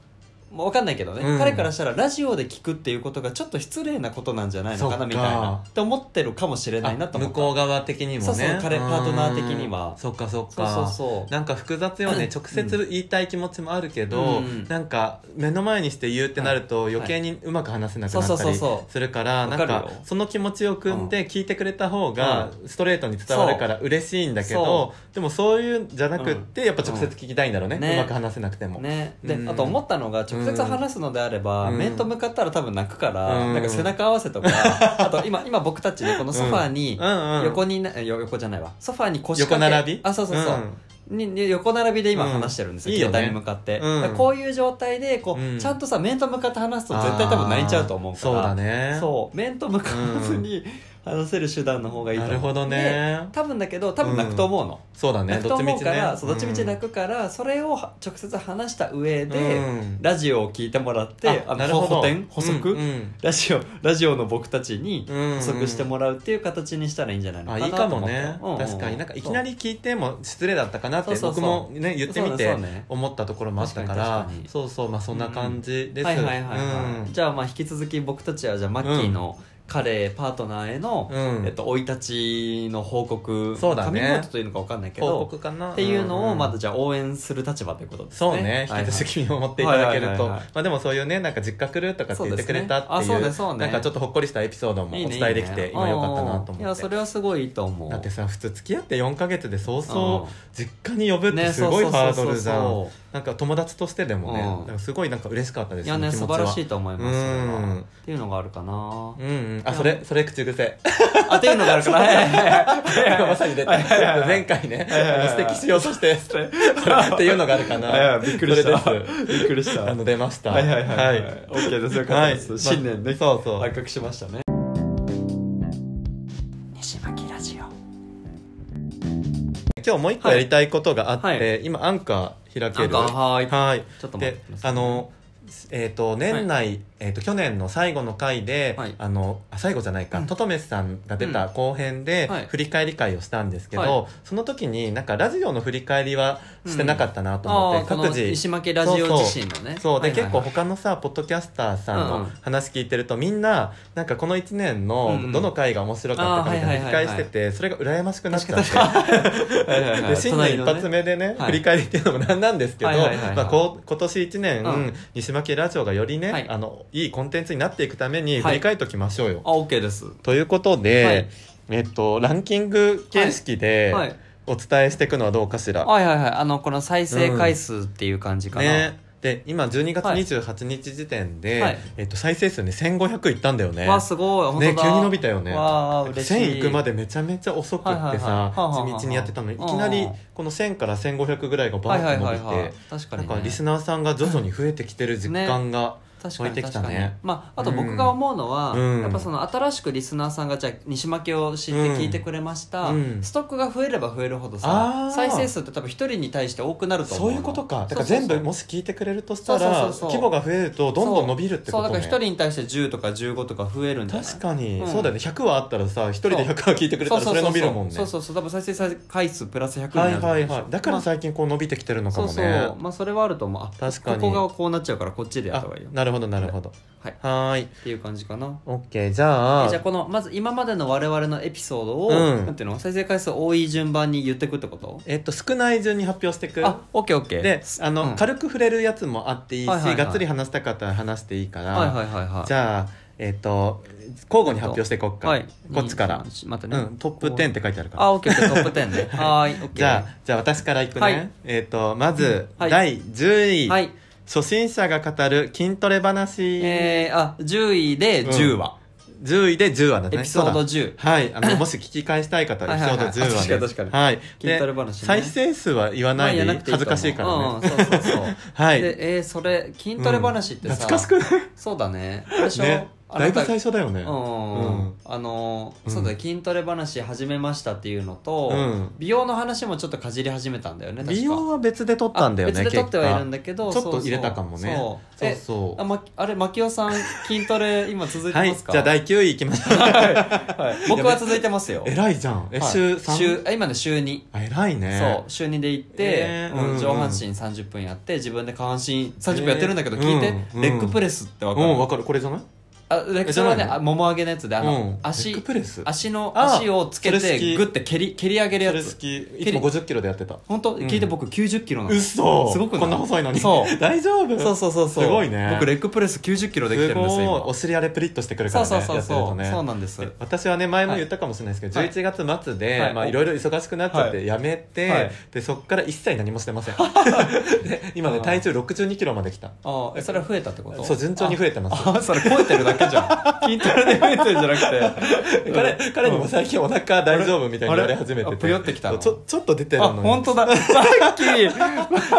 Speaker 1: もう分かんないけどね、
Speaker 2: うん
Speaker 1: 彼からしたらラジオで聞くっていうことがちょっと失礼なことなんじゃないのかな
Speaker 2: そっか
Speaker 1: みたいなって思ってるかもしれないな
Speaker 2: あ
Speaker 1: と思っ
Speaker 2: 向
Speaker 1: た
Speaker 2: こう側的にもね
Speaker 1: そうそう彼
Speaker 2: ん
Speaker 1: パートナー的には
Speaker 2: そっかそっ
Speaker 1: そう
Speaker 2: か
Speaker 1: そうそう
Speaker 2: なんか複雑よね、
Speaker 1: うん
Speaker 2: 直接言いたい気持ちもあるけ
Speaker 1: う
Speaker 2: ど、
Speaker 1: ん
Speaker 2: なんか目の前にして言うってなると余計にうまく話せなくな
Speaker 1: そ
Speaker 2: っ
Speaker 1: う
Speaker 2: た
Speaker 1: そう
Speaker 2: り
Speaker 1: そうそう
Speaker 2: するから、
Speaker 1: わ
Speaker 2: な
Speaker 1: か
Speaker 2: ん
Speaker 1: るよ
Speaker 2: かその気持ちを汲んで聞いてくれた方がストレートに伝わるから嬉しいんだけど、でもそういうんじゃなくってやっぱ直接聞きたいんだろうね,、
Speaker 1: う
Speaker 2: うん
Speaker 1: ね
Speaker 2: まく話せなくても。
Speaker 1: ね、で、
Speaker 2: うん
Speaker 1: あと思ったのが直接話すのであれば、
Speaker 2: うん
Speaker 1: 面と向かったら多分泣くから、
Speaker 2: うん
Speaker 1: なんか背中合わせと かあと今今僕たちねこのソファーに
Speaker 2: うんうん
Speaker 1: 横にな、よ横じゃないわソファーに腰
Speaker 2: 横
Speaker 1: 掛け
Speaker 2: 並び
Speaker 1: あそうそうそう、にに横並びで今話してるんですよ、
Speaker 2: うんいいよね
Speaker 1: 携帯に向かって、
Speaker 2: うん
Speaker 1: だからこういう状態でこう、
Speaker 2: うん
Speaker 1: ちゃんとさ面と向かって話すと絶対多分泣いちゃうと思うから
Speaker 2: あーそうだね
Speaker 1: そう面と向かわずに話せる手段の方がいいと
Speaker 2: な
Speaker 1: 思う
Speaker 2: るほど
Speaker 1: で
Speaker 2: ね
Speaker 1: 多分だけど多分泣くと思うの、
Speaker 2: そうだね
Speaker 1: 泣く
Speaker 2: ど
Speaker 1: と
Speaker 2: っちみ
Speaker 1: 思う
Speaker 2: ち
Speaker 1: か
Speaker 2: ね
Speaker 1: らそうどっちみち泣くから、それをは直接話した上で、
Speaker 2: うん
Speaker 1: ラジオを聞いてもらって
Speaker 2: あ
Speaker 1: あ
Speaker 2: な
Speaker 1: の
Speaker 2: るほ
Speaker 1: 補
Speaker 2: ど
Speaker 1: 補填補足、
Speaker 2: うんうん
Speaker 1: ラジオラジオの僕たちに
Speaker 2: うんうん
Speaker 1: 補足してもらうっていう形にしたらいいんじゃないのか
Speaker 2: あ
Speaker 1: ない
Speaker 2: いかもね、
Speaker 1: と思った
Speaker 2: 確かになんかいきなり聞いても失礼だったかなって
Speaker 1: そうそうそう
Speaker 2: 僕もね言ってみて思ったところもあった
Speaker 1: 確
Speaker 2: から
Speaker 1: かに確かに
Speaker 2: そうそうまあそんな感じです、
Speaker 1: はいはいはい、はい
Speaker 2: うん
Speaker 1: じゃあまあ引き続き僕たちはじゃあマッキーの彼パートナーへの、
Speaker 2: うん
Speaker 1: えっと、生い立ちの報告
Speaker 2: そうだね
Speaker 1: カミングアウトというのか分かんないけ
Speaker 2: 報
Speaker 1: ど
Speaker 2: 告かな
Speaker 1: っていうのをまた
Speaker 2: ん
Speaker 1: じゃあ応援する立場ということですね
Speaker 2: そうね、
Speaker 1: はいはい
Speaker 2: 引き続き見守っていただけると、
Speaker 1: はいはいはいはい
Speaker 2: まあでもそういうねなんか実家来るとかって言ってくれたって
Speaker 1: そうですねあそう
Speaker 2: いう
Speaker 1: ねそうね
Speaker 2: なんかちょっとほっこりしたエピソードもお
Speaker 1: いいね
Speaker 2: 伝えできて
Speaker 1: いいね
Speaker 2: 今よかったなと思って
Speaker 1: いやそれはすごいいいと思う
Speaker 2: だってさ普通付き合って4か月で早
Speaker 1: うん
Speaker 2: 々実家に呼ぶって
Speaker 1: ね
Speaker 2: すごい
Speaker 1: そうそうそうそう
Speaker 2: ハードルじゃんなんか友達としてでもね
Speaker 1: うん
Speaker 2: だからすごいなんか嬉しかったです
Speaker 1: いやね
Speaker 2: そ
Speaker 1: 素
Speaker 2: の気持ち
Speaker 1: 晴
Speaker 2: は
Speaker 1: らしいと思いますそれ
Speaker 2: う
Speaker 1: は
Speaker 2: ん
Speaker 1: っていうのがあるかな
Speaker 2: うんうんあ
Speaker 1: いや
Speaker 2: それそれ口癖
Speaker 1: あっていうのがあるかなはいはいは いはい
Speaker 2: まさに出た
Speaker 1: はいはいはい
Speaker 2: 前回ね
Speaker 1: はいはいはい
Speaker 2: あの指摘しよう としてそれっていうのがあるか
Speaker 1: はいは
Speaker 2: ない
Speaker 1: びっくりした
Speaker 2: それです
Speaker 1: びっくりした
Speaker 2: あの出ました
Speaker 1: はいはいはいはい
Speaker 2: は
Speaker 1: OK ですよかったで
Speaker 2: はい
Speaker 1: す新年ね
Speaker 2: まそうそう
Speaker 1: 発覚しましたね西巻ラジオ
Speaker 2: 今日もう一個やりたいことがあっ
Speaker 1: は
Speaker 2: て
Speaker 1: い
Speaker 2: 今アンカー開ける
Speaker 1: はい
Speaker 2: はい
Speaker 1: ちょっと待っ
Speaker 2: で
Speaker 1: てください
Speaker 2: あのえー、と年内、えー、と去年の最後の回で、
Speaker 1: はい
Speaker 2: あのあ最後じゃないか、
Speaker 1: うん
Speaker 2: トトメスさんが出た
Speaker 1: うん
Speaker 2: 後編で、
Speaker 1: はい
Speaker 2: 振り返り会をしたんですけど、
Speaker 1: は
Speaker 2: その時になんかラジオの振り返りはしてなかったなと思って、
Speaker 1: あーこの
Speaker 2: 各自
Speaker 1: 西巻ラジオ自身のね
Speaker 2: そう
Speaker 1: はいはいは
Speaker 2: で、
Speaker 1: い
Speaker 2: 結構他のさポッドキャスターさん
Speaker 1: うんう
Speaker 2: の
Speaker 1: ん
Speaker 2: 話聞いてるとみんななんかこの1年
Speaker 1: うんう
Speaker 2: の
Speaker 1: ん
Speaker 2: どの回が面白かったかみたいな
Speaker 1: あー
Speaker 2: 振り
Speaker 1: はいはいはい
Speaker 2: 返しててそれが羨ましくなっちゃっ
Speaker 1: 確
Speaker 2: て
Speaker 1: かにはいはいはい
Speaker 2: で新年一発目でね
Speaker 1: はい
Speaker 2: 振り返りっていうのもなんなんですけど
Speaker 1: はいはいはいはい
Speaker 2: まあこう今年1年、
Speaker 1: うん
Speaker 2: 西巻ラジオがよりね、
Speaker 1: はい
Speaker 2: あのいいコンテンツになっていくために振
Speaker 1: はい
Speaker 2: り返っときましょうよ。
Speaker 1: あ OK です
Speaker 2: ということで、
Speaker 1: はい
Speaker 2: えっと、ランキング形式で
Speaker 1: はい
Speaker 2: お伝えしていくのはどうかしら。
Speaker 1: はいはいはいあのこの再生回数っていう感じかな、
Speaker 2: ね、で今12月
Speaker 1: はい
Speaker 2: 28日時点で、
Speaker 1: はい
Speaker 2: えっと、再生数ね1500いったんだよね。
Speaker 1: わあすごい本当だ
Speaker 2: ね、急に伸びたよね
Speaker 1: わあ嬉しい
Speaker 2: 1000いくまでめちゃめちゃ遅くっ
Speaker 1: はいはい
Speaker 2: てさ
Speaker 1: はい
Speaker 2: 地道にやってたのにい
Speaker 1: はあは
Speaker 2: き
Speaker 1: あはあ
Speaker 2: なりこの1000から1500ぐらいが
Speaker 1: は
Speaker 2: バ
Speaker 1: い
Speaker 2: ー
Speaker 1: は
Speaker 2: ッ
Speaker 1: い
Speaker 2: と
Speaker 1: はい
Speaker 2: 伸び
Speaker 1: はい
Speaker 2: て
Speaker 1: 確か
Speaker 2: な
Speaker 1: に、
Speaker 2: ん
Speaker 1: ね、
Speaker 2: かリスナーさんが徐々に増えてきてる実感が、
Speaker 1: 確かに
Speaker 2: 湧いてきたね
Speaker 1: 確かにまあ、あと僕が思うのは、
Speaker 2: うん
Speaker 1: やっぱその新しくリスナーさんがじゃあ西巻を知って聞いてくれました、
Speaker 2: うん
Speaker 1: ストックが増えれば増えるほど
Speaker 2: あ
Speaker 1: さ
Speaker 2: ー
Speaker 1: 再生数って多分一人に対して多くなると思う
Speaker 2: そういうことかだから全部も
Speaker 1: し
Speaker 2: し聞いてくれるとし
Speaker 1: そ
Speaker 2: た
Speaker 1: うそう
Speaker 2: ら
Speaker 1: そうそう
Speaker 2: 規模が増えるとどんどん伸びるって
Speaker 1: そ
Speaker 2: こ
Speaker 1: う
Speaker 2: と
Speaker 1: だから
Speaker 2: ね
Speaker 1: 一人に対して10とか15とか増えるんじゃない
Speaker 2: 確かに、
Speaker 1: うん
Speaker 2: そうだよね100話あったらさ一人で100話聞いてくれた
Speaker 1: そうそ
Speaker 2: らそうれ
Speaker 1: そ
Speaker 2: 伸
Speaker 1: う
Speaker 2: びるもんね
Speaker 1: そうそうそう多分再生回数プラス100にな
Speaker 2: は
Speaker 1: る
Speaker 2: い
Speaker 1: んじゃな
Speaker 2: はい
Speaker 1: でしょう
Speaker 2: はいだから最近こう伸びてきてるのか
Speaker 1: そ
Speaker 2: も
Speaker 1: う
Speaker 2: ね、
Speaker 1: そうまあそれはあると思うあ
Speaker 2: 確かに
Speaker 1: ここがこうなっちゃうからこっちでやった方
Speaker 2: あ
Speaker 1: がいいよ
Speaker 2: なるるほどなるほど
Speaker 1: はい
Speaker 2: はーい
Speaker 1: っていう感じかな
Speaker 2: OK じゃあ
Speaker 1: えじゃあこのまず今までの我々のエピソードを、
Speaker 2: うん
Speaker 1: なんていうの再生回数多い順番に言ってくってこと
Speaker 2: えっと少ない順に発表していく
Speaker 1: あオッケーオッケー
Speaker 2: であの、
Speaker 1: うん
Speaker 2: 軽く触れるやつもあっていいし、
Speaker 1: はいはいはい
Speaker 2: がっつり話したかったら話していいから、
Speaker 1: はいはいはいはい
Speaker 2: じゃあえっ、と交互に発表していこっか、
Speaker 1: はい
Speaker 2: こっちから、
Speaker 1: いいまた
Speaker 2: う
Speaker 1: ね、
Speaker 2: ん、トップ10って書いてあるから
Speaker 1: あオッケーオッケートップ10ね はーいオッケー
Speaker 2: じゃあじゃあ私からいくね、
Speaker 1: はい
Speaker 2: えっ、とまず、
Speaker 1: はい
Speaker 2: 第10位、
Speaker 1: はい
Speaker 2: 初心者が語る筋トレ話、
Speaker 1: えー、あ10位で10話、
Speaker 2: 10位で10話だね
Speaker 1: エピソード
Speaker 2: そうだ
Speaker 1: 10
Speaker 2: はいあの もし聞き返したい方は
Speaker 1: はい
Speaker 2: エ
Speaker 1: はい
Speaker 2: ピ
Speaker 1: は
Speaker 2: ソ
Speaker 1: い
Speaker 2: ード10話で
Speaker 1: 確かに確かに
Speaker 2: はい、で
Speaker 1: 筋トレ話ね
Speaker 2: 再生数は言わないでいい
Speaker 1: まあ言わなくていい
Speaker 2: 恥ずかしいからね、
Speaker 1: と思ううんそうそうそう
Speaker 2: はい
Speaker 1: でえー、それ筋トレ話ってさ、
Speaker 2: 懐かしくない
Speaker 1: そうだねあれでしょ、
Speaker 2: ね
Speaker 1: あ
Speaker 2: だい
Speaker 1: な
Speaker 2: ぶ
Speaker 1: た
Speaker 2: 最初だよね
Speaker 1: うん
Speaker 2: うん
Speaker 1: あのー
Speaker 2: うん
Speaker 1: そうだね筋トレ話始めましたっていうのと、
Speaker 2: うん
Speaker 1: 美容の話もちょっとかじり始めたんだよね確か
Speaker 2: 美容は別で撮ったんだよね
Speaker 1: あ別で撮ってはいるん
Speaker 2: だ
Speaker 1: だけど
Speaker 2: ちょっと
Speaker 1: そうそう
Speaker 2: 入れたかもね
Speaker 1: そう
Speaker 2: そう
Speaker 1: え
Speaker 2: そ
Speaker 1: あ,、ま、あれ牧雄さん筋トレ今続
Speaker 2: う
Speaker 1: い
Speaker 2: は
Speaker 1: て
Speaker 2: い
Speaker 1: ますか
Speaker 2: じゃあ第9位いきましょう
Speaker 1: 僕は続いてますよ
Speaker 2: 偉いじゃんえ
Speaker 1: はい
Speaker 2: 週 3?
Speaker 1: 週あ今の週2
Speaker 2: あ偉いね
Speaker 1: そう週2で行って、
Speaker 2: えー
Speaker 1: うん
Speaker 2: うん
Speaker 1: 上半身30分やって自分で下半身30分やってるんだけど、
Speaker 2: えー
Speaker 1: 聞いて、
Speaker 2: うん
Speaker 1: レッグプレスって分かる、
Speaker 2: うんわかるこれじゃない
Speaker 1: あレッグそれはね
Speaker 2: えじゃないの
Speaker 1: あもも上げのやつであの、
Speaker 2: うんレッ
Speaker 1: 足
Speaker 2: グプレス
Speaker 1: 足の
Speaker 2: あー
Speaker 1: 足をつけ
Speaker 2: それ好き
Speaker 1: てグッて蹴り蹴り上げる
Speaker 2: そ
Speaker 1: や
Speaker 2: れ好
Speaker 1: つ
Speaker 2: きいつも5 0キロでやってた
Speaker 1: 本当、
Speaker 2: うん
Speaker 1: 聞いて僕9 0キロなの
Speaker 2: 嘘
Speaker 1: すごくない
Speaker 2: こんな細いのに
Speaker 1: そう
Speaker 2: 大丈夫
Speaker 1: そうそうそうそう
Speaker 2: すごいね
Speaker 1: 僕レッグプレス9 0キロできて
Speaker 2: す
Speaker 1: るん
Speaker 2: ご
Speaker 1: です
Speaker 2: い
Speaker 1: よ
Speaker 2: お尻あれプリッとしてくるか
Speaker 1: 今
Speaker 2: らね
Speaker 1: そうそうそう
Speaker 2: やっ
Speaker 1: そう、
Speaker 2: てる
Speaker 1: そ
Speaker 2: と
Speaker 1: う
Speaker 2: ね
Speaker 1: なんです
Speaker 2: 私はね前も言ったかもしれないですけど、
Speaker 1: はい
Speaker 2: 11月末で、
Speaker 1: はいい
Speaker 2: まあ、いろいろ忙しくなっちゃってやめて、
Speaker 1: はい
Speaker 2: でそっから一切何もして ませんで今ね
Speaker 1: あー
Speaker 2: 体重6 2キロまで来た
Speaker 1: ああそれは増えたってこと
Speaker 2: そう順調に増
Speaker 1: え
Speaker 2: えてます
Speaker 1: あそれ超えてるだけじゃん 筋トレで増えてるんじゃなくて
Speaker 2: 彼彼に
Speaker 1: う
Speaker 2: も
Speaker 1: ん
Speaker 2: 最近お腹大丈夫みたいに言われ始め
Speaker 1: あ
Speaker 2: て
Speaker 1: れ
Speaker 2: て
Speaker 1: あぷよってきたの
Speaker 2: ちょちょっと出てる
Speaker 1: あ
Speaker 2: のに
Speaker 1: 本当だマッキ ー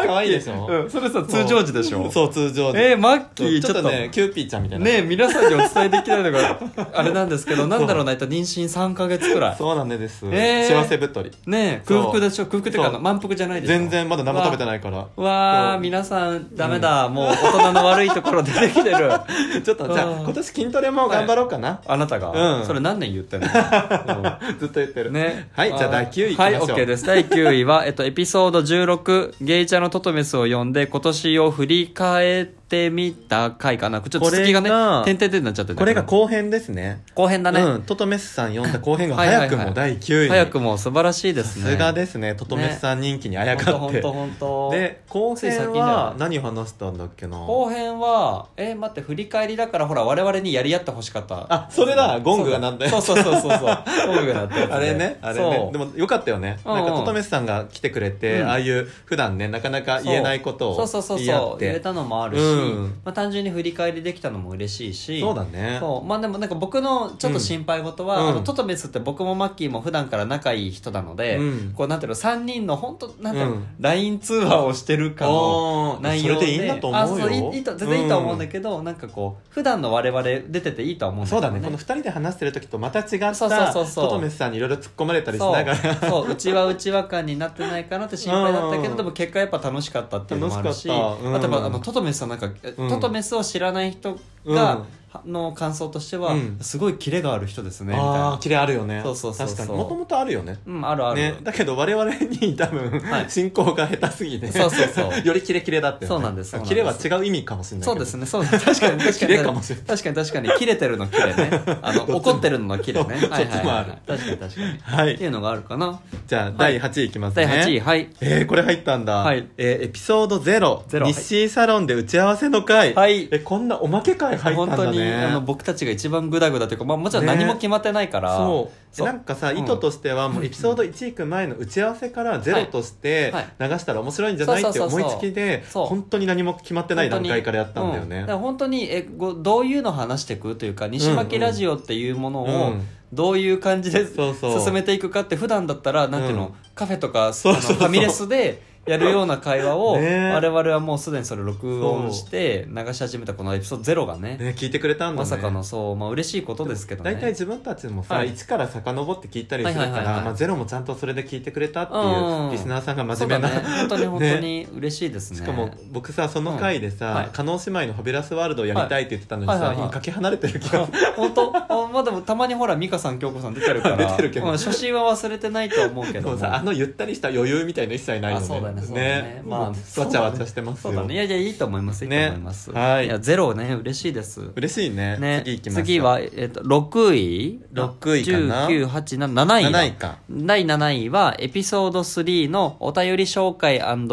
Speaker 2: 可愛いでしょ
Speaker 1: うん、それさ通常時でしょ
Speaker 2: そう通常時
Speaker 1: えー、マッキー
Speaker 2: ち
Speaker 1: ち
Speaker 2: ょっ
Speaker 1: ょっと
Speaker 2: とね
Speaker 1: ね
Speaker 2: キューピーちゃんみたいな
Speaker 1: え皆さんにお伝えできないの があれなんですけどなんだろうな一体妊娠3か月くらい
Speaker 2: そうなんです、
Speaker 1: えー
Speaker 2: 幸せ太り
Speaker 1: ねえ
Speaker 2: そう
Speaker 1: 空腹でしょ空腹っていうかあの
Speaker 2: そう
Speaker 1: 満腹じゃないでしょ
Speaker 2: 全然まだ何も食べてないから
Speaker 1: わ
Speaker 2: そ
Speaker 1: あ
Speaker 2: う
Speaker 1: 皆さんダメだ、もう大人の悪いところ出てきてる
Speaker 2: ちょっとじゃあ
Speaker 1: うん
Speaker 2: 今年筋トレも頑張ろうかな、
Speaker 1: あなたが、
Speaker 2: うん
Speaker 1: それ何年言ってんの、
Speaker 2: ずっと言ってる、
Speaker 1: ね
Speaker 2: はいじゃあ第9位いきましょう
Speaker 1: はい OK です第9位は、えっと、エピソード16「ゲイチャのトトメスを呼んで今年を振り返ってみた回」かなちょっと続きがね
Speaker 2: これが
Speaker 1: 点々点になっちゃってたけど
Speaker 2: これが後編ですね
Speaker 1: 後編だね、
Speaker 2: うんトトメスさん呼んだ後編が
Speaker 1: はいはいは
Speaker 2: 早
Speaker 1: い
Speaker 2: くも第9位
Speaker 1: 早くも素晴らしいで
Speaker 2: さ
Speaker 1: すね
Speaker 2: すがですねトトメスさん人気にあやかっ
Speaker 1: 本
Speaker 2: て、
Speaker 1: 当本当
Speaker 2: で後
Speaker 1: つい最
Speaker 2: 編
Speaker 1: 近だよ
Speaker 2: は
Speaker 1: ね
Speaker 2: 何を話したんだっけな
Speaker 1: 後編はえ待って振り返りだからほら我々にやり合ってほしかった
Speaker 2: あそれだゴングが鳴ったやつ
Speaker 1: そうそうそうそうそう ゴングが鳴ったやつ
Speaker 2: あれねあれ
Speaker 1: そ
Speaker 2: ね
Speaker 1: う
Speaker 2: でもよかったよね
Speaker 1: うんう
Speaker 2: なん
Speaker 1: ん
Speaker 2: かトトメスさんが来てくれて、
Speaker 1: うん
Speaker 2: ああいう普段ねなかなか言えないこと
Speaker 1: そ
Speaker 2: を
Speaker 1: うそうそう
Speaker 2: 言い合
Speaker 1: そ
Speaker 2: っ
Speaker 1: う言え
Speaker 2: て
Speaker 1: たのもあるし、
Speaker 2: うん
Speaker 1: まあ、単純に振り返りできたのも嬉しいし
Speaker 2: そうだね
Speaker 1: そうまあでもなんか僕のちょっと心配事は、
Speaker 2: うん
Speaker 1: あのトトメスって僕もマッキーも普段から仲いい人なので、
Speaker 2: うん
Speaker 1: こうなんていうの3人の本当なんていうの、
Speaker 2: うん
Speaker 1: LINE 通話をしてるかの
Speaker 2: あー
Speaker 1: 内
Speaker 2: そ
Speaker 1: 容
Speaker 2: れ
Speaker 1: で
Speaker 2: でいいんだと思うよ
Speaker 1: あそういいいいと全然いいとは思うんだけど、なんかこう普段の我々出てていいとは思うんだ
Speaker 2: そ
Speaker 1: け
Speaker 2: うだ
Speaker 1: ど、
Speaker 2: ねこの2人で話してる時とまた違った
Speaker 1: そうそうそうそう
Speaker 2: トトメスさんにいろいろ突っ込まれたりし
Speaker 1: そ
Speaker 2: ながら
Speaker 1: うそううちはうちわ感になってないかなって心配だったけど、
Speaker 2: うん
Speaker 1: でも結果やっぱ楽しかったっていうのもあるし
Speaker 2: 楽しかったうん
Speaker 1: あとやっぱあのトトメスさんなんか、え
Speaker 2: うん
Speaker 1: トトメスを知らない人
Speaker 2: うん
Speaker 1: が、の感想としては、
Speaker 2: うん
Speaker 1: すごいキレがある人ですねみたい
Speaker 2: ああ
Speaker 1: な
Speaker 2: キレあるよね
Speaker 1: そうそうそうそう
Speaker 2: 確かにもともとあるよね
Speaker 1: うんあるある、
Speaker 2: ね、だけど我々に多分、
Speaker 1: はい
Speaker 2: 進行が下手すぎて
Speaker 1: そうそうそう
Speaker 2: よりキレキレだったよね
Speaker 1: そうなんですそうなん
Speaker 2: キレ
Speaker 1: で
Speaker 2: は
Speaker 1: す
Speaker 2: 違う意味かもしれないけど
Speaker 1: そうですねそうです確かに確かに
Speaker 2: キレかもしれない
Speaker 1: 確かに確かにキレてるのキレねあの
Speaker 2: どっちも
Speaker 1: 怒ってるののキレね
Speaker 2: どっちも
Speaker 1: はいはい
Speaker 2: あ
Speaker 1: は
Speaker 2: る
Speaker 1: い確かに確かに、
Speaker 2: は
Speaker 1: ってい
Speaker 2: いう
Speaker 1: のがあるかな
Speaker 2: じゃあ第8位いきますね、
Speaker 1: 第8位はい
Speaker 2: えー、これ入ったんだ、
Speaker 1: はい
Speaker 2: えーエピソード0
Speaker 1: ゼロ
Speaker 2: 日誌サロンで打ち合わせの会、
Speaker 1: はい
Speaker 2: えこんなおまけ会入ったん
Speaker 1: 本
Speaker 2: だね
Speaker 1: 当にあの僕たちが一番グダグダというか、まあ、もちろん
Speaker 2: ね
Speaker 1: 何も決まってないから、
Speaker 2: そう
Speaker 1: そう
Speaker 2: なんかさ
Speaker 1: うん
Speaker 2: 意図としてはもうエピソード1行く前の打ち合わせからゼロとして
Speaker 1: はい
Speaker 2: 流したら面白いんじゃない
Speaker 1: そ
Speaker 2: っ
Speaker 1: う
Speaker 2: て
Speaker 1: そうそ
Speaker 2: 思
Speaker 1: う
Speaker 2: い
Speaker 1: そう
Speaker 2: つきで
Speaker 1: そう
Speaker 2: 本当に何も決まってない段階からやったんだよ
Speaker 1: う
Speaker 2: ね
Speaker 1: だから本当にえごどういうの話していくというか西巻ラジオっていうものを
Speaker 2: うん
Speaker 1: どういう感じで
Speaker 2: そうそう
Speaker 1: 進めていくかって普段だったらなんていうの、
Speaker 2: うん
Speaker 1: カフェとかあの
Speaker 2: そうそうそう
Speaker 1: ファミレスでやるような会話を、
Speaker 2: ね
Speaker 1: 我々はもうすでにそれ録音して流し始めたこのエピソードゼロがね
Speaker 2: ね聞いてくれたんだね
Speaker 1: まさかのそうまあ嬉しいことですけどね
Speaker 2: 大体自分たちもさ
Speaker 1: はい
Speaker 2: 1から遡って聞いたりするか
Speaker 1: はいはいはい
Speaker 2: ら
Speaker 1: はい
Speaker 2: まあゼロもちゃんとそれで聞いてくれたって
Speaker 1: う
Speaker 2: いうんリスナーさんが
Speaker 1: そ
Speaker 2: 真
Speaker 1: う
Speaker 2: 面
Speaker 1: だ
Speaker 2: 目
Speaker 1: ね
Speaker 2: な
Speaker 1: 本当に本当
Speaker 2: ね
Speaker 1: に嬉しいですね
Speaker 2: しかも僕さその回で
Speaker 1: うんはい
Speaker 2: さ加納姉妹の「ファビュラスワールド」やりたいって言ってたのに
Speaker 1: はい
Speaker 2: さ
Speaker 1: はいはいはい
Speaker 2: 今かけ離れてる気が
Speaker 1: あ 本当あまあでもたまにほら美香さん京子さん出てるから
Speaker 2: 出てるけど
Speaker 1: うん初心は忘れてないとは思うけ
Speaker 2: で
Speaker 1: ど
Speaker 2: もさあのゆったりした余裕みたいの一切ないの
Speaker 1: あそうだねそうだ
Speaker 2: ね
Speaker 1: ねまあ
Speaker 2: もう
Speaker 1: そう
Speaker 2: わちゃわちゃしてます
Speaker 1: そ
Speaker 2: よ
Speaker 1: うだねいやいやいいと思いますいいと
Speaker 2: ね
Speaker 1: 思います、
Speaker 2: はい
Speaker 1: やゼロね嬉しいです
Speaker 2: 嬉しいね
Speaker 1: ね、
Speaker 2: 次行きます
Speaker 1: 次は、えっと6位
Speaker 2: 六位かな
Speaker 1: 987
Speaker 2: 7
Speaker 1: 位
Speaker 2: 位か
Speaker 1: 第7位はエピソード3のお便り紹介今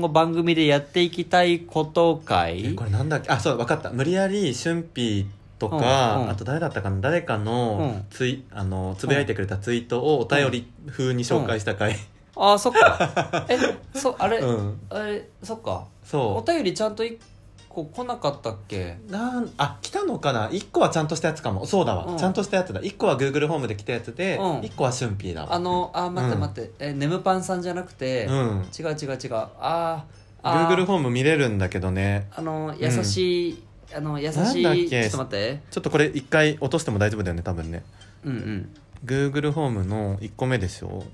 Speaker 1: 後番組でやっていきたいこと
Speaker 2: え
Speaker 1: 会
Speaker 2: これなんだっけあそう分かった無理やり俊ピとか、
Speaker 1: うんうん
Speaker 2: あと誰だったかな誰か
Speaker 1: う
Speaker 2: の
Speaker 1: ん
Speaker 2: つい、あのつぶやいてくれたツイートをお便り風に紹介した回、
Speaker 1: ああそっ かえそあれ、
Speaker 2: うん
Speaker 1: あれそっかお
Speaker 2: そ
Speaker 1: 便りちゃんと1個来なかったっけ
Speaker 2: うなんあ来たのかな1個はちゃんとしたやつかもそうだわ、
Speaker 1: うん
Speaker 2: ちゃんとしたやつだ1個は Google ホームで来たやつで、
Speaker 1: うん
Speaker 2: 一1個は俊ピだわ
Speaker 1: あのあー待って
Speaker 2: うん
Speaker 1: 待って、えネムパンさんじゃなくて、
Speaker 2: うん
Speaker 1: 違う違う違うあーあー
Speaker 2: Google ホーム見れるんだけどね
Speaker 1: あの優しい、あの優し
Speaker 2: なんだっ
Speaker 1: いち
Speaker 2: け
Speaker 1: ょっと待って
Speaker 2: ちょっとこれ1回落としても大丈夫だよね多分ね
Speaker 1: うんうん
Speaker 2: Google ホームの1個目でしょ、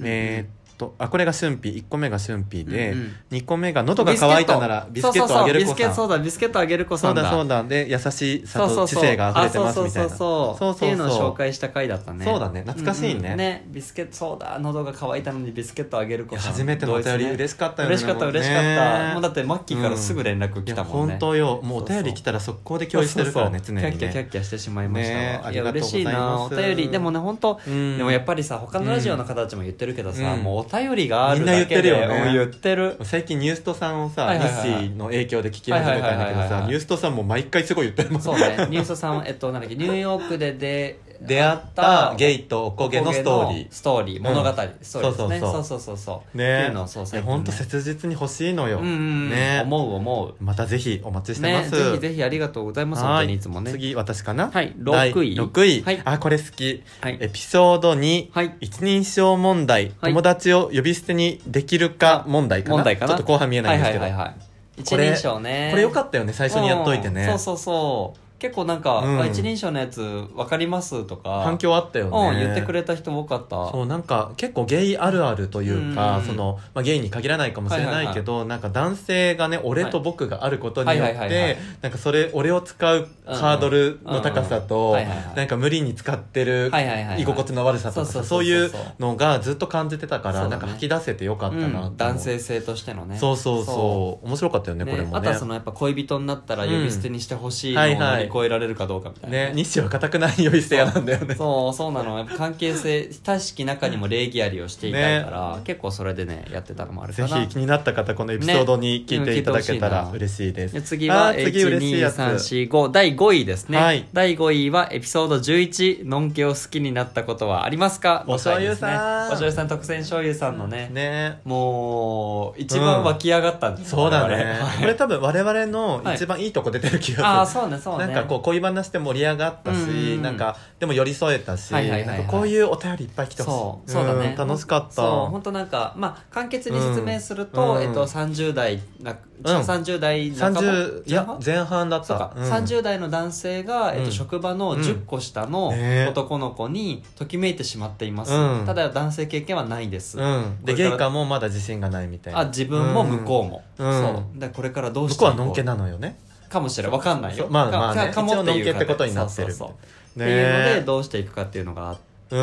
Speaker 1: うん
Speaker 2: えーっとあこれが俊ピ1個目が俊ピで、
Speaker 1: うんうん
Speaker 2: 2個目が喉が渇いたならビスケットをあげる子さ
Speaker 1: そうそうそうビ
Speaker 2: ん
Speaker 1: スケそうだビスケットあげる子
Speaker 2: そ
Speaker 1: さ
Speaker 2: うんだ
Speaker 1: だ
Speaker 2: そうだで優しい
Speaker 1: そう
Speaker 2: さ
Speaker 1: そ
Speaker 2: と
Speaker 1: う
Speaker 2: 知
Speaker 1: そう
Speaker 2: 性が溢れてますみたい
Speaker 1: あ
Speaker 2: な
Speaker 1: そうそうそうそうっていうのを紹
Speaker 2: そう
Speaker 1: 介した回だったね
Speaker 2: そうだね懐かしいね
Speaker 1: うんうんねビスケットそうだ喉が渇いたのにビスケットあげる
Speaker 2: い
Speaker 1: 子
Speaker 2: や
Speaker 1: さん
Speaker 2: 初めてのお便り
Speaker 1: 同一ね
Speaker 2: 嬉しかったよね
Speaker 1: 嬉しかった
Speaker 2: もうね
Speaker 1: 嬉しかったもうだってマッキーからすぐ連絡
Speaker 2: い
Speaker 1: 来
Speaker 2: や
Speaker 1: たもんね
Speaker 2: 本当よもう
Speaker 1: そう
Speaker 2: お便
Speaker 1: そ
Speaker 2: り
Speaker 1: う
Speaker 2: 来たら速攻で共有してるからね
Speaker 1: そ
Speaker 2: 常
Speaker 1: う
Speaker 2: に
Speaker 1: そうキャッキャキャ
Speaker 2: ね
Speaker 1: ッキャしてしまいましたわ、
Speaker 2: ねあ
Speaker 1: い
Speaker 2: り
Speaker 1: や
Speaker 2: がとう
Speaker 1: 嬉
Speaker 2: ござ
Speaker 1: し
Speaker 2: い
Speaker 1: い
Speaker 2: ます
Speaker 1: なお便りでもね本当、
Speaker 2: うん
Speaker 1: でもやっぱりさ他のラジオの方たちも言ってるけどさ、
Speaker 2: うん
Speaker 1: もうお便りがある
Speaker 2: みんな言
Speaker 1: だ
Speaker 2: って
Speaker 1: け
Speaker 2: る
Speaker 1: で
Speaker 2: よね
Speaker 1: もう言ってる
Speaker 2: 最近ニューストさんをさ
Speaker 1: はい
Speaker 2: 日
Speaker 1: はいはいはい
Speaker 2: 誌の影響で聞き始めたんだけど
Speaker 1: はいはいはいはい
Speaker 2: さ
Speaker 1: はい
Speaker 2: ニューストさんも毎回すごい言ってるもん
Speaker 1: そうねニュースさんはえっとなんだっけニューヨークで出
Speaker 2: 出会ったゲイとお
Speaker 1: お
Speaker 2: こげのストーリー
Speaker 1: ストーリー物語、ストーリーですね
Speaker 2: そう
Speaker 1: そ
Speaker 2: そうう
Speaker 1: そうそうそう
Speaker 2: ね
Speaker 1: っていうのをそう
Speaker 2: い
Speaker 1: 最
Speaker 2: や
Speaker 1: 近ね
Speaker 2: ほんと切実に欲しいのよ、
Speaker 1: うんうんうん、
Speaker 2: ね
Speaker 1: 思う思
Speaker 2: またぜひお待ち
Speaker 1: う
Speaker 2: してま
Speaker 1: ね
Speaker 2: す、
Speaker 1: ぜひぜひありがとうございます本当にいつもね
Speaker 2: 次私かな
Speaker 1: はい
Speaker 2: 第
Speaker 1: 6位
Speaker 2: 六位、
Speaker 1: はい
Speaker 2: あこれ好き
Speaker 1: はい
Speaker 2: エピソード2、
Speaker 1: はい
Speaker 2: 一人称問題、
Speaker 1: はい
Speaker 2: 友達を呼び捨てにできるか問題かな
Speaker 1: 問題かな
Speaker 2: ちょっと後半見えないんですけど、
Speaker 1: はいはいはいはい一
Speaker 2: これ
Speaker 1: 人称ね
Speaker 2: これよかったよね最初にやっといてね、
Speaker 1: うんそうそうそう結構なんか、
Speaker 2: うん
Speaker 1: あ一人称のやつ分かりますとか
Speaker 2: 反響あったよね、
Speaker 1: うん、言ってくれた人多かった
Speaker 2: そうなんか結構ゲイあるあるという
Speaker 1: う
Speaker 2: か、
Speaker 1: んうん
Speaker 2: そのまあ、ゲイに限らないかもしれないけど、なんか男性がね俺と僕があることによっ
Speaker 1: はいはいはいは
Speaker 2: て
Speaker 1: い
Speaker 2: なんかそれ俺を使うハードルの高さ
Speaker 1: うんうん
Speaker 2: と
Speaker 1: はいはいはい
Speaker 2: なんか無理に使ってる
Speaker 1: はいはいはいはい
Speaker 2: 居心地の悪さとか
Speaker 1: そ
Speaker 2: さ
Speaker 1: うそ
Speaker 2: そ
Speaker 1: そ
Speaker 2: う
Speaker 1: うそう
Speaker 2: ういうのがずっと感じてたか
Speaker 1: そうだ
Speaker 2: ら、
Speaker 1: ね
Speaker 2: なんか吐き出せてよかったなと思う、
Speaker 1: うん男性性としてのね
Speaker 2: そうそうそう面白かったよねこれも
Speaker 1: あと
Speaker 2: ね
Speaker 1: はそのやっぱ恋人になったら呼び捨てにしてほしいの
Speaker 2: うん
Speaker 1: を乗り越えられるかどうかみたいな、
Speaker 2: ね西は固くない呼び捨て屋なんだよね
Speaker 1: そうそうなのやっぱ関係性親しき中にも礼儀ありをしていたいから、結構それでねやってたのもあるか
Speaker 2: ぜ
Speaker 1: な
Speaker 2: ひ気になった方このエピソードに聞いていただけたら嬉しいです、
Speaker 1: で次
Speaker 2: あ
Speaker 1: は
Speaker 2: ー次嬉しいやつ
Speaker 1: 12345第5位ですね、
Speaker 2: はい
Speaker 1: 第5位はエピソード11「のんけを好きになったことはありますか?」
Speaker 2: お醤油さん
Speaker 1: の回ですねお醤油さん特選醤油さんのね、
Speaker 2: ね
Speaker 1: もう一番湧き上がったんですよ、
Speaker 2: そうだ
Speaker 1: 我々
Speaker 2: ね
Speaker 1: はい
Speaker 2: これ多分我々の一番いいとこ出てる気
Speaker 1: あ
Speaker 2: が
Speaker 1: あ
Speaker 2: する
Speaker 1: そうねそうね
Speaker 2: なんかこう恋話で盛り上がったし、
Speaker 1: うんうんうん
Speaker 2: なんかでも寄り添えたし、
Speaker 1: はいはいはいはい
Speaker 2: なんかこういうお便りいっぱい来てほ
Speaker 1: そ
Speaker 2: し
Speaker 1: う
Speaker 2: い
Speaker 1: そうだね
Speaker 2: ん楽しかった
Speaker 1: そう本当なんかまあ簡潔に説明すると、
Speaker 2: うん
Speaker 1: えっと、30代な
Speaker 2: うん
Speaker 1: 30代半ば
Speaker 2: 30い
Speaker 1: 前
Speaker 2: や
Speaker 1: 半
Speaker 2: 前半だっ
Speaker 1: そう
Speaker 2: た
Speaker 1: か、
Speaker 2: ん
Speaker 1: 30代の男性が、えっ
Speaker 2: うん
Speaker 1: と、職場の
Speaker 2: うん
Speaker 1: 10個下の
Speaker 2: ねえ
Speaker 1: 男の子にときめいてしまっています、
Speaker 2: うん
Speaker 1: ただ男性経験はないです、
Speaker 2: うん、で
Speaker 1: これから
Speaker 2: ゲイカもまだ自信がないみたいな
Speaker 1: あ自分も向こうも、
Speaker 2: うんうん
Speaker 1: そうだからこれからどうし
Speaker 2: 向
Speaker 1: て
Speaker 2: こう
Speaker 1: い
Speaker 2: はのんけ
Speaker 1: う
Speaker 2: なのよね
Speaker 1: かもしれないわかんない
Speaker 2: そ
Speaker 1: よ
Speaker 2: うまあまあね
Speaker 1: かかもっていう
Speaker 2: 一応のんけってことになってる
Speaker 1: そうそうそう
Speaker 2: ね
Speaker 1: っていうのでどうしていくかっていうのがあって、
Speaker 2: う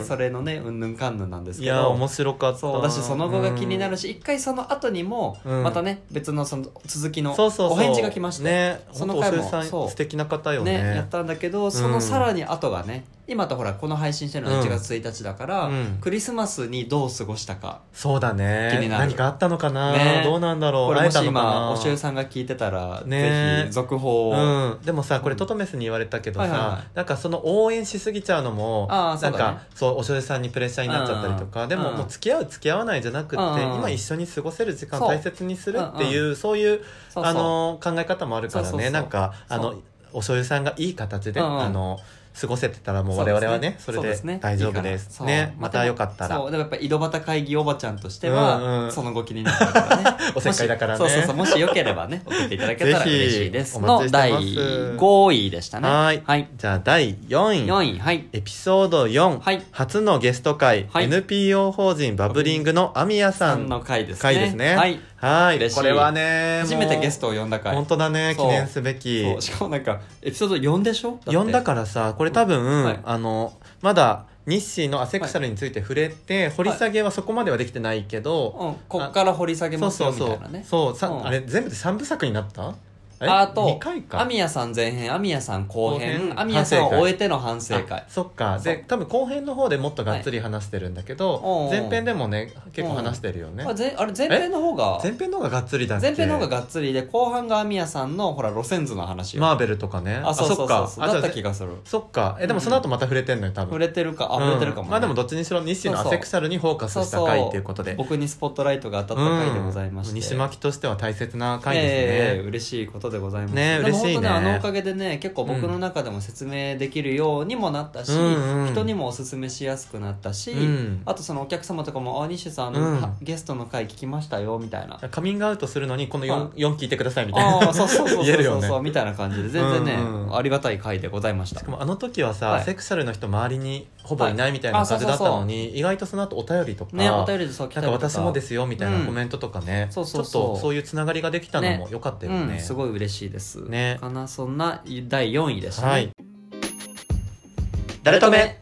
Speaker 2: ん
Speaker 1: それのねうんぬんかんぬんなんです
Speaker 2: い
Speaker 1: けど
Speaker 2: や面白かった
Speaker 1: そうだしその後が気になる
Speaker 2: し、
Speaker 1: し一回その後にも
Speaker 2: うん
Speaker 1: またね別のその続き
Speaker 2: うん
Speaker 1: の
Speaker 2: そうそうそう
Speaker 1: お返事が来まして
Speaker 2: ね
Speaker 1: そ
Speaker 2: 本
Speaker 1: の
Speaker 2: 当お
Speaker 1: 回
Speaker 2: 寿
Speaker 1: も
Speaker 2: 司さん
Speaker 1: そう
Speaker 2: 素敵な方よね
Speaker 1: ねやったんだけどそのさらに後がね今とほらこの配信してるの
Speaker 2: うん
Speaker 1: が1月1日だから、
Speaker 2: うん
Speaker 1: クリスマスにどう過ごしたか
Speaker 2: そうだね
Speaker 1: 気になる
Speaker 2: 何かあったのかな、
Speaker 1: ね
Speaker 2: どうなんだろ
Speaker 1: こ
Speaker 2: う
Speaker 1: れ
Speaker 2: 会え
Speaker 1: も
Speaker 2: た
Speaker 1: し
Speaker 2: のか
Speaker 1: 今おしゅう
Speaker 2: な
Speaker 1: さんが聞いてたら、
Speaker 2: ね
Speaker 1: ぜひ続報を、
Speaker 2: うん、でもさこれトトメスに言われたけど
Speaker 1: は
Speaker 2: さ、
Speaker 1: いはいはい
Speaker 2: なんかその応援しすぎちゃうのも
Speaker 1: あー
Speaker 2: な
Speaker 1: そ
Speaker 2: ん
Speaker 1: うだね
Speaker 2: かそうおしょうさんにプレッシャーになっちゃったりとか、
Speaker 1: うん
Speaker 2: でも
Speaker 1: うん
Speaker 2: もう付き合う付き合わないじゃなくって、
Speaker 1: うんうん
Speaker 2: 今一緒に過ごせる時間を
Speaker 1: そう
Speaker 2: 大切にするっていうそういう
Speaker 1: そうそう
Speaker 2: あの考え方もあるからね
Speaker 1: そうそうそう
Speaker 2: なんかあ
Speaker 1: そ
Speaker 2: のお醤油さんがいい形で、
Speaker 1: うんうん
Speaker 2: あの過ごせてたらもう我々はねそ
Speaker 1: そう
Speaker 2: れ
Speaker 1: で
Speaker 2: です
Speaker 1: ね
Speaker 2: 大丈夫です
Speaker 1: そう
Speaker 2: ね
Speaker 1: そう
Speaker 2: またよかったら
Speaker 1: そうでもやっぱ井戸端会議おばちゃんとして
Speaker 2: うんうん
Speaker 1: はその後気になるからね
Speaker 2: おせっかいだからね
Speaker 1: もしそうそうそうもしよければね送っていただけたら
Speaker 2: ぜひ
Speaker 1: 嬉しいです
Speaker 2: お待ち
Speaker 1: の
Speaker 2: して
Speaker 1: 第
Speaker 2: ます
Speaker 1: 5位でしたね
Speaker 2: はい
Speaker 1: はい、
Speaker 2: じゃあ第4位
Speaker 1: 4位はい
Speaker 2: エピソード4、
Speaker 1: はい
Speaker 2: 初のゲスト会、
Speaker 1: はい
Speaker 2: NPO 法人バブリングのアミヤさ
Speaker 1: 3
Speaker 2: ん
Speaker 1: の回ですね
Speaker 2: 回ですね
Speaker 1: はい
Speaker 2: はい
Speaker 1: 嬉しい
Speaker 2: これはね
Speaker 1: 初めてゲス
Speaker 2: ト
Speaker 1: トを呼んだ回
Speaker 2: 本当だね記
Speaker 1: そう
Speaker 2: 念すべき
Speaker 1: そうしかもなんかエピソード4でしょ
Speaker 2: 呼んだ
Speaker 1: か
Speaker 2: からさこれ多分、
Speaker 1: はい
Speaker 2: あのまだ日誌のアセクシャルについて触れて、掘り下げはそこまではできてないけど、
Speaker 1: うん、こっから掘り下げ
Speaker 2: そ
Speaker 1: ま
Speaker 2: う
Speaker 1: す
Speaker 2: そ
Speaker 1: よ
Speaker 2: う
Speaker 1: み
Speaker 2: そ
Speaker 1: た
Speaker 2: う
Speaker 1: いなね
Speaker 2: そうさ、
Speaker 1: うん
Speaker 2: あれ全部で3部作になったれ
Speaker 1: あと
Speaker 2: 2回か
Speaker 1: アミヤさん前編アミヤさん後
Speaker 2: 後
Speaker 1: 編
Speaker 2: 編
Speaker 1: アミヤさんを
Speaker 2: 反省会
Speaker 1: 終えての反省
Speaker 2: あ
Speaker 1: 会
Speaker 2: そっか
Speaker 1: そう
Speaker 2: で多分後編の方でもっとがっつり話してるんだけど、
Speaker 1: はい
Speaker 2: 前編でもね結構話してるよね、
Speaker 1: あぜあれ前編の方が
Speaker 2: 前編の方ががっつりだっけ
Speaker 1: 前編の方ががっつりで後半がアミヤさんのほら路線図の話よ、
Speaker 2: マーベルとかね
Speaker 1: あそうそうそうそう
Speaker 2: あ
Speaker 1: だ
Speaker 2: そっかあ
Speaker 1: った気
Speaker 2: じゃあ
Speaker 1: がする
Speaker 2: そっかえでもその後また触れてんのよ多分
Speaker 1: 触れてるかあ
Speaker 2: うん
Speaker 1: 触れてるかも、ね
Speaker 2: まあでもどっちにしろ日誌のアセクシャルにフォーカスした回っていうことで
Speaker 1: 僕にスポットライトが当たった回でございまして、
Speaker 2: うん西巻としては大切な回
Speaker 1: ええ
Speaker 2: ですね、
Speaker 1: 嬉しいことでございます
Speaker 2: ね
Speaker 1: でも
Speaker 2: 嬉しいね
Speaker 1: 本当あのおかげでね結構僕の中でも説明できるようにもなったし、
Speaker 2: うんうん
Speaker 1: 人にもおすすめしやすくなったし、
Speaker 2: うん
Speaker 1: あとそのお客様とかも「あ西さん、
Speaker 2: うん
Speaker 1: はゲストの回聞きましたよ」みたいな
Speaker 2: カミングアウトするのにこの 4,
Speaker 1: は
Speaker 2: 四聞いてくださいみたい
Speaker 1: あ
Speaker 2: な
Speaker 1: あそうそうそう
Speaker 2: 言
Speaker 1: そ
Speaker 2: え
Speaker 1: う
Speaker 2: る
Speaker 1: そ
Speaker 2: よ
Speaker 1: う
Speaker 2: ね
Speaker 1: みたいな感じで全然ね、
Speaker 2: うんうん
Speaker 1: ありがたい回でございました
Speaker 2: しかもあの時はさ、
Speaker 1: はい
Speaker 2: アセクシャルの人周りにほぼいないみたいな感じだったのに、意外とその後お便りとか、
Speaker 1: ねお便りでそう来
Speaker 2: な
Speaker 1: たり
Speaker 2: んか
Speaker 1: とか
Speaker 2: 私もですよみたいなコメントとかね、
Speaker 1: うんそうそう
Speaker 2: ち
Speaker 1: そう
Speaker 2: ょっとそういうつながりができたのも良かったよね
Speaker 1: うん、すごい嬉しいです、
Speaker 2: ね
Speaker 1: かなそんな第4位でしたね、
Speaker 2: はい誰とめ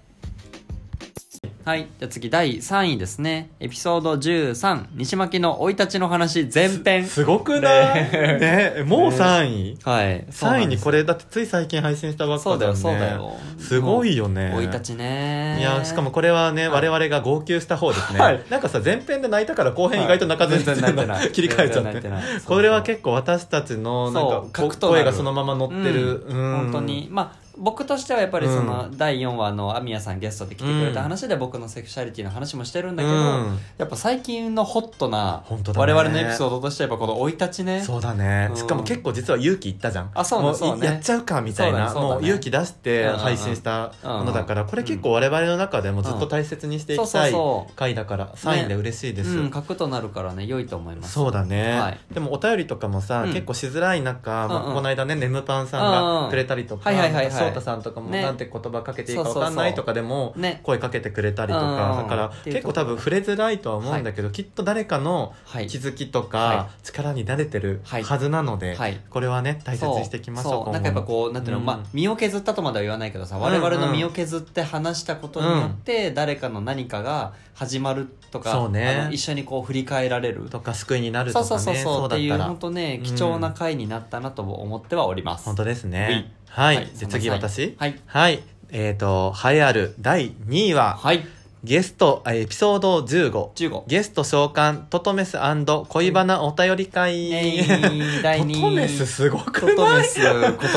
Speaker 1: はいじゃあ次第3位ですねエピソード13西巻の生い立ちの話前編
Speaker 2: すごくない
Speaker 1: ね
Speaker 2: ねもう3位、
Speaker 1: はい
Speaker 2: 3位にこ
Speaker 1: れ
Speaker 2: れだってつい最近配信したばっ
Speaker 1: そ
Speaker 2: か
Speaker 1: うだ
Speaker 2: だ
Speaker 1: よ
Speaker 2: よね
Speaker 1: そうだよ
Speaker 2: すごいよね
Speaker 1: 生い立ちね
Speaker 2: いやしかもこれはね、我々が号泣した方ですね、
Speaker 1: はい
Speaker 2: なんかさ前編で泣いたから後編意外と泣かずに
Speaker 1: はい全然泣いてない
Speaker 2: 切り替えちゃって
Speaker 1: 全然泣いてない
Speaker 2: これは結構私たちのなんか
Speaker 1: そう
Speaker 2: こ
Speaker 1: 核となる
Speaker 2: 声がそのまま乗ってる、うん
Speaker 1: 本当にまあ僕としてはやっぱりその、第4話のアミヤさんゲストで来てくれた話で僕のセクシャリティの話もしてるんだけど、
Speaker 2: うん
Speaker 1: やっぱ最近のホットな
Speaker 2: 本当だね
Speaker 1: 我々のエピソードとしてはやっぱこの生い立ちね
Speaker 2: そうだね、
Speaker 1: うん
Speaker 2: しかも結構実は勇気いったじゃん
Speaker 1: あそうね
Speaker 2: もい
Speaker 1: そうね
Speaker 2: やっちゃうかみたいな
Speaker 1: そうだねそうだ
Speaker 2: も
Speaker 1: ね
Speaker 2: う勇気出して配信したものだ
Speaker 1: うん
Speaker 2: から、
Speaker 1: うんうん
Speaker 2: これ結構我々の中でもずっと大切にしていきた
Speaker 1: う
Speaker 2: い
Speaker 1: んそうそうそう
Speaker 2: 回だから3位で嬉しいです、
Speaker 1: うん、核となるからね良いと思います
Speaker 2: そうだね、
Speaker 1: はい
Speaker 2: でもお便りとかもさ、
Speaker 1: うん
Speaker 2: 結構しづらい中、
Speaker 1: うん
Speaker 2: ま
Speaker 1: う
Speaker 2: あ、
Speaker 1: ん
Speaker 2: この間ねねむパンさ
Speaker 1: うん
Speaker 2: ん
Speaker 1: うん
Speaker 2: がくれたりとか
Speaker 1: はいはいはいはい
Speaker 2: なんか翔太さんとかも
Speaker 1: ね
Speaker 2: なんて言葉かけていいか
Speaker 1: そう
Speaker 2: わ
Speaker 1: そうそう
Speaker 2: かんないとかでも
Speaker 1: ね
Speaker 2: 声かけてくれたりとか、
Speaker 1: うんうん
Speaker 2: だから
Speaker 1: っていう
Speaker 2: 結構多分触れづらいとは思うんだけど、きっと誰かの
Speaker 1: はい
Speaker 2: 気づきとか、
Speaker 1: は
Speaker 2: 力に慣れてる
Speaker 1: はい
Speaker 2: はずなので、
Speaker 1: はい
Speaker 2: これはね大切にしていきましょう
Speaker 1: そうそうなんかやっぱこうなんていうの、
Speaker 2: うん
Speaker 1: まあ、身を削ったとまでは言わないけどさ
Speaker 2: うん
Speaker 1: 我々の身を削って話したことによって、誰かの何かが始まるとか
Speaker 2: そうね
Speaker 1: あの一緒にこう振り返られる
Speaker 2: とか救いになると
Speaker 1: そう
Speaker 2: かね
Speaker 1: そうそうそう
Speaker 2: だ
Speaker 1: ってい
Speaker 2: っ
Speaker 1: う
Speaker 2: たら
Speaker 1: 本当ね
Speaker 2: うん
Speaker 1: 貴重な回になったなと思ってはおります、
Speaker 2: 本当ですね、
Speaker 1: は
Speaker 2: はい、じゃあ次
Speaker 1: そんな
Speaker 2: 私
Speaker 1: はい
Speaker 2: はいえー、と栄えある第2位は
Speaker 1: はい
Speaker 2: ゲストあエピソード15
Speaker 1: 15
Speaker 2: ゲスト召喚トトメス恋バナお便り会、
Speaker 1: えー第2位
Speaker 2: トトメスすごく
Speaker 1: ト
Speaker 2: ない
Speaker 1: トメス言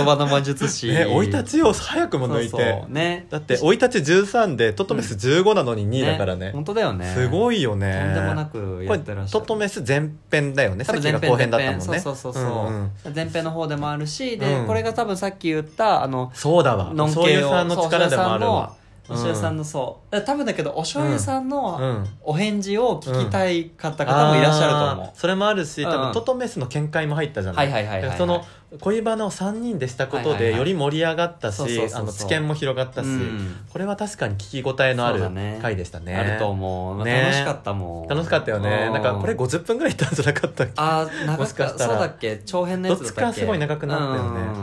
Speaker 1: 葉の魔術 師
Speaker 2: ね生い立ちを早くも抜いて
Speaker 1: そうそうね
Speaker 2: だって生い立ち13でトトメス15なのに2位だからね
Speaker 1: 本当だよね
Speaker 2: す
Speaker 1: い
Speaker 2: ごいよね
Speaker 1: とんでもなく
Speaker 2: こ
Speaker 1: や
Speaker 2: れ
Speaker 1: ってらっしゃ
Speaker 2: ト
Speaker 1: る
Speaker 2: トメス前編だよね
Speaker 1: 多
Speaker 2: さっ
Speaker 1: 分
Speaker 2: き
Speaker 1: 前
Speaker 2: が
Speaker 1: 編
Speaker 2: 後編だったもんね
Speaker 1: 前編そうそうそうそう、
Speaker 2: んん
Speaker 1: 前編の方でもあるしで、
Speaker 2: うん
Speaker 1: これが多分さっき言ったあの
Speaker 2: そうだわ
Speaker 1: のんけを
Speaker 2: そういうさんの力でもあるわ
Speaker 1: お醤油さんのそう、多分だけどお醤油さん
Speaker 2: う
Speaker 1: の
Speaker 2: ん
Speaker 1: お返事を聞きたい方々もいらっしゃると思う
Speaker 2: あー、それもあるし多
Speaker 1: うんう
Speaker 2: 分
Speaker 1: ん
Speaker 2: トトメスの見解も入ったじゃない,、
Speaker 1: はいはいはいはいはい
Speaker 2: その恋バナを3人でしたこと
Speaker 1: はいはい
Speaker 2: で
Speaker 1: はい
Speaker 2: より盛り上がった
Speaker 1: そうそうそう
Speaker 2: し
Speaker 1: そう
Speaker 2: あの知見も広がったし、
Speaker 1: うん
Speaker 2: これは確かに聞き応えのあ
Speaker 1: そうだ
Speaker 2: る
Speaker 1: ね
Speaker 2: 回でしたね
Speaker 1: あると思う、まあ
Speaker 2: ね
Speaker 1: 楽しかったもん
Speaker 2: 楽しかったよね
Speaker 1: う
Speaker 2: なんかこれ50分ぐらいいったんじゃなかったっけ
Speaker 1: あー長
Speaker 2: もし
Speaker 1: か
Speaker 2: か
Speaker 1: っ
Speaker 2: した
Speaker 1: た
Speaker 2: ら
Speaker 1: そうだっけ長編のやつだったっけ
Speaker 2: どっちかすごい長くなったよね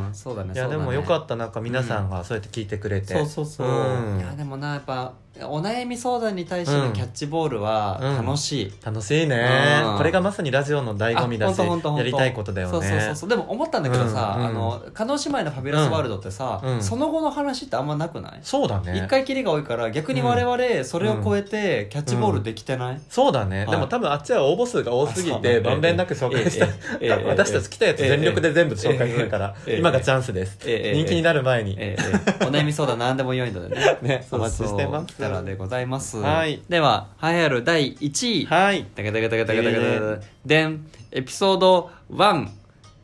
Speaker 1: うんそうだね
Speaker 2: いやでもよか
Speaker 1: た
Speaker 2: ったなんか皆さんがそうやって聞いてくれて、
Speaker 1: そうそうそう、
Speaker 2: うん
Speaker 1: いやでもなやっぱお悩み相談に対してのキャッチボールは楽しい、
Speaker 2: 楽しいね、
Speaker 1: うん
Speaker 2: これがまさにラジオの醍醐味だし
Speaker 1: あほんとほんとほんと
Speaker 2: やりたいことだよね
Speaker 1: そうそうそうそうでも思ったんだけどさ、
Speaker 2: うんうん
Speaker 1: あの加納姉妹の「ファビュラスワールド」ってさ、
Speaker 2: うん
Speaker 1: その後の話ってあんまなくない、
Speaker 2: そうだね
Speaker 1: 一回きりが多いから逆に我々それを超えてキャッチボールできてない、
Speaker 2: そうだね、
Speaker 1: はい
Speaker 2: でも多分あっちは応募数が多すぎ
Speaker 1: あそうね
Speaker 2: てまんべんなく紹介した、
Speaker 1: ええええええ
Speaker 2: 私たち来たやつ全力で全部紹介するから、
Speaker 1: ええええ
Speaker 2: 今がチャンスです、
Speaker 1: ええええ
Speaker 2: 人気になる前に、
Speaker 1: ええええお悩み相談何でも良いのでね
Speaker 2: ね
Speaker 1: そ
Speaker 2: お
Speaker 1: う
Speaker 2: 待ちしてます
Speaker 1: そうたらでございます、
Speaker 2: はい
Speaker 1: では栄えある第1位
Speaker 2: はい
Speaker 1: タカタカタカタカタカタでんエピソード1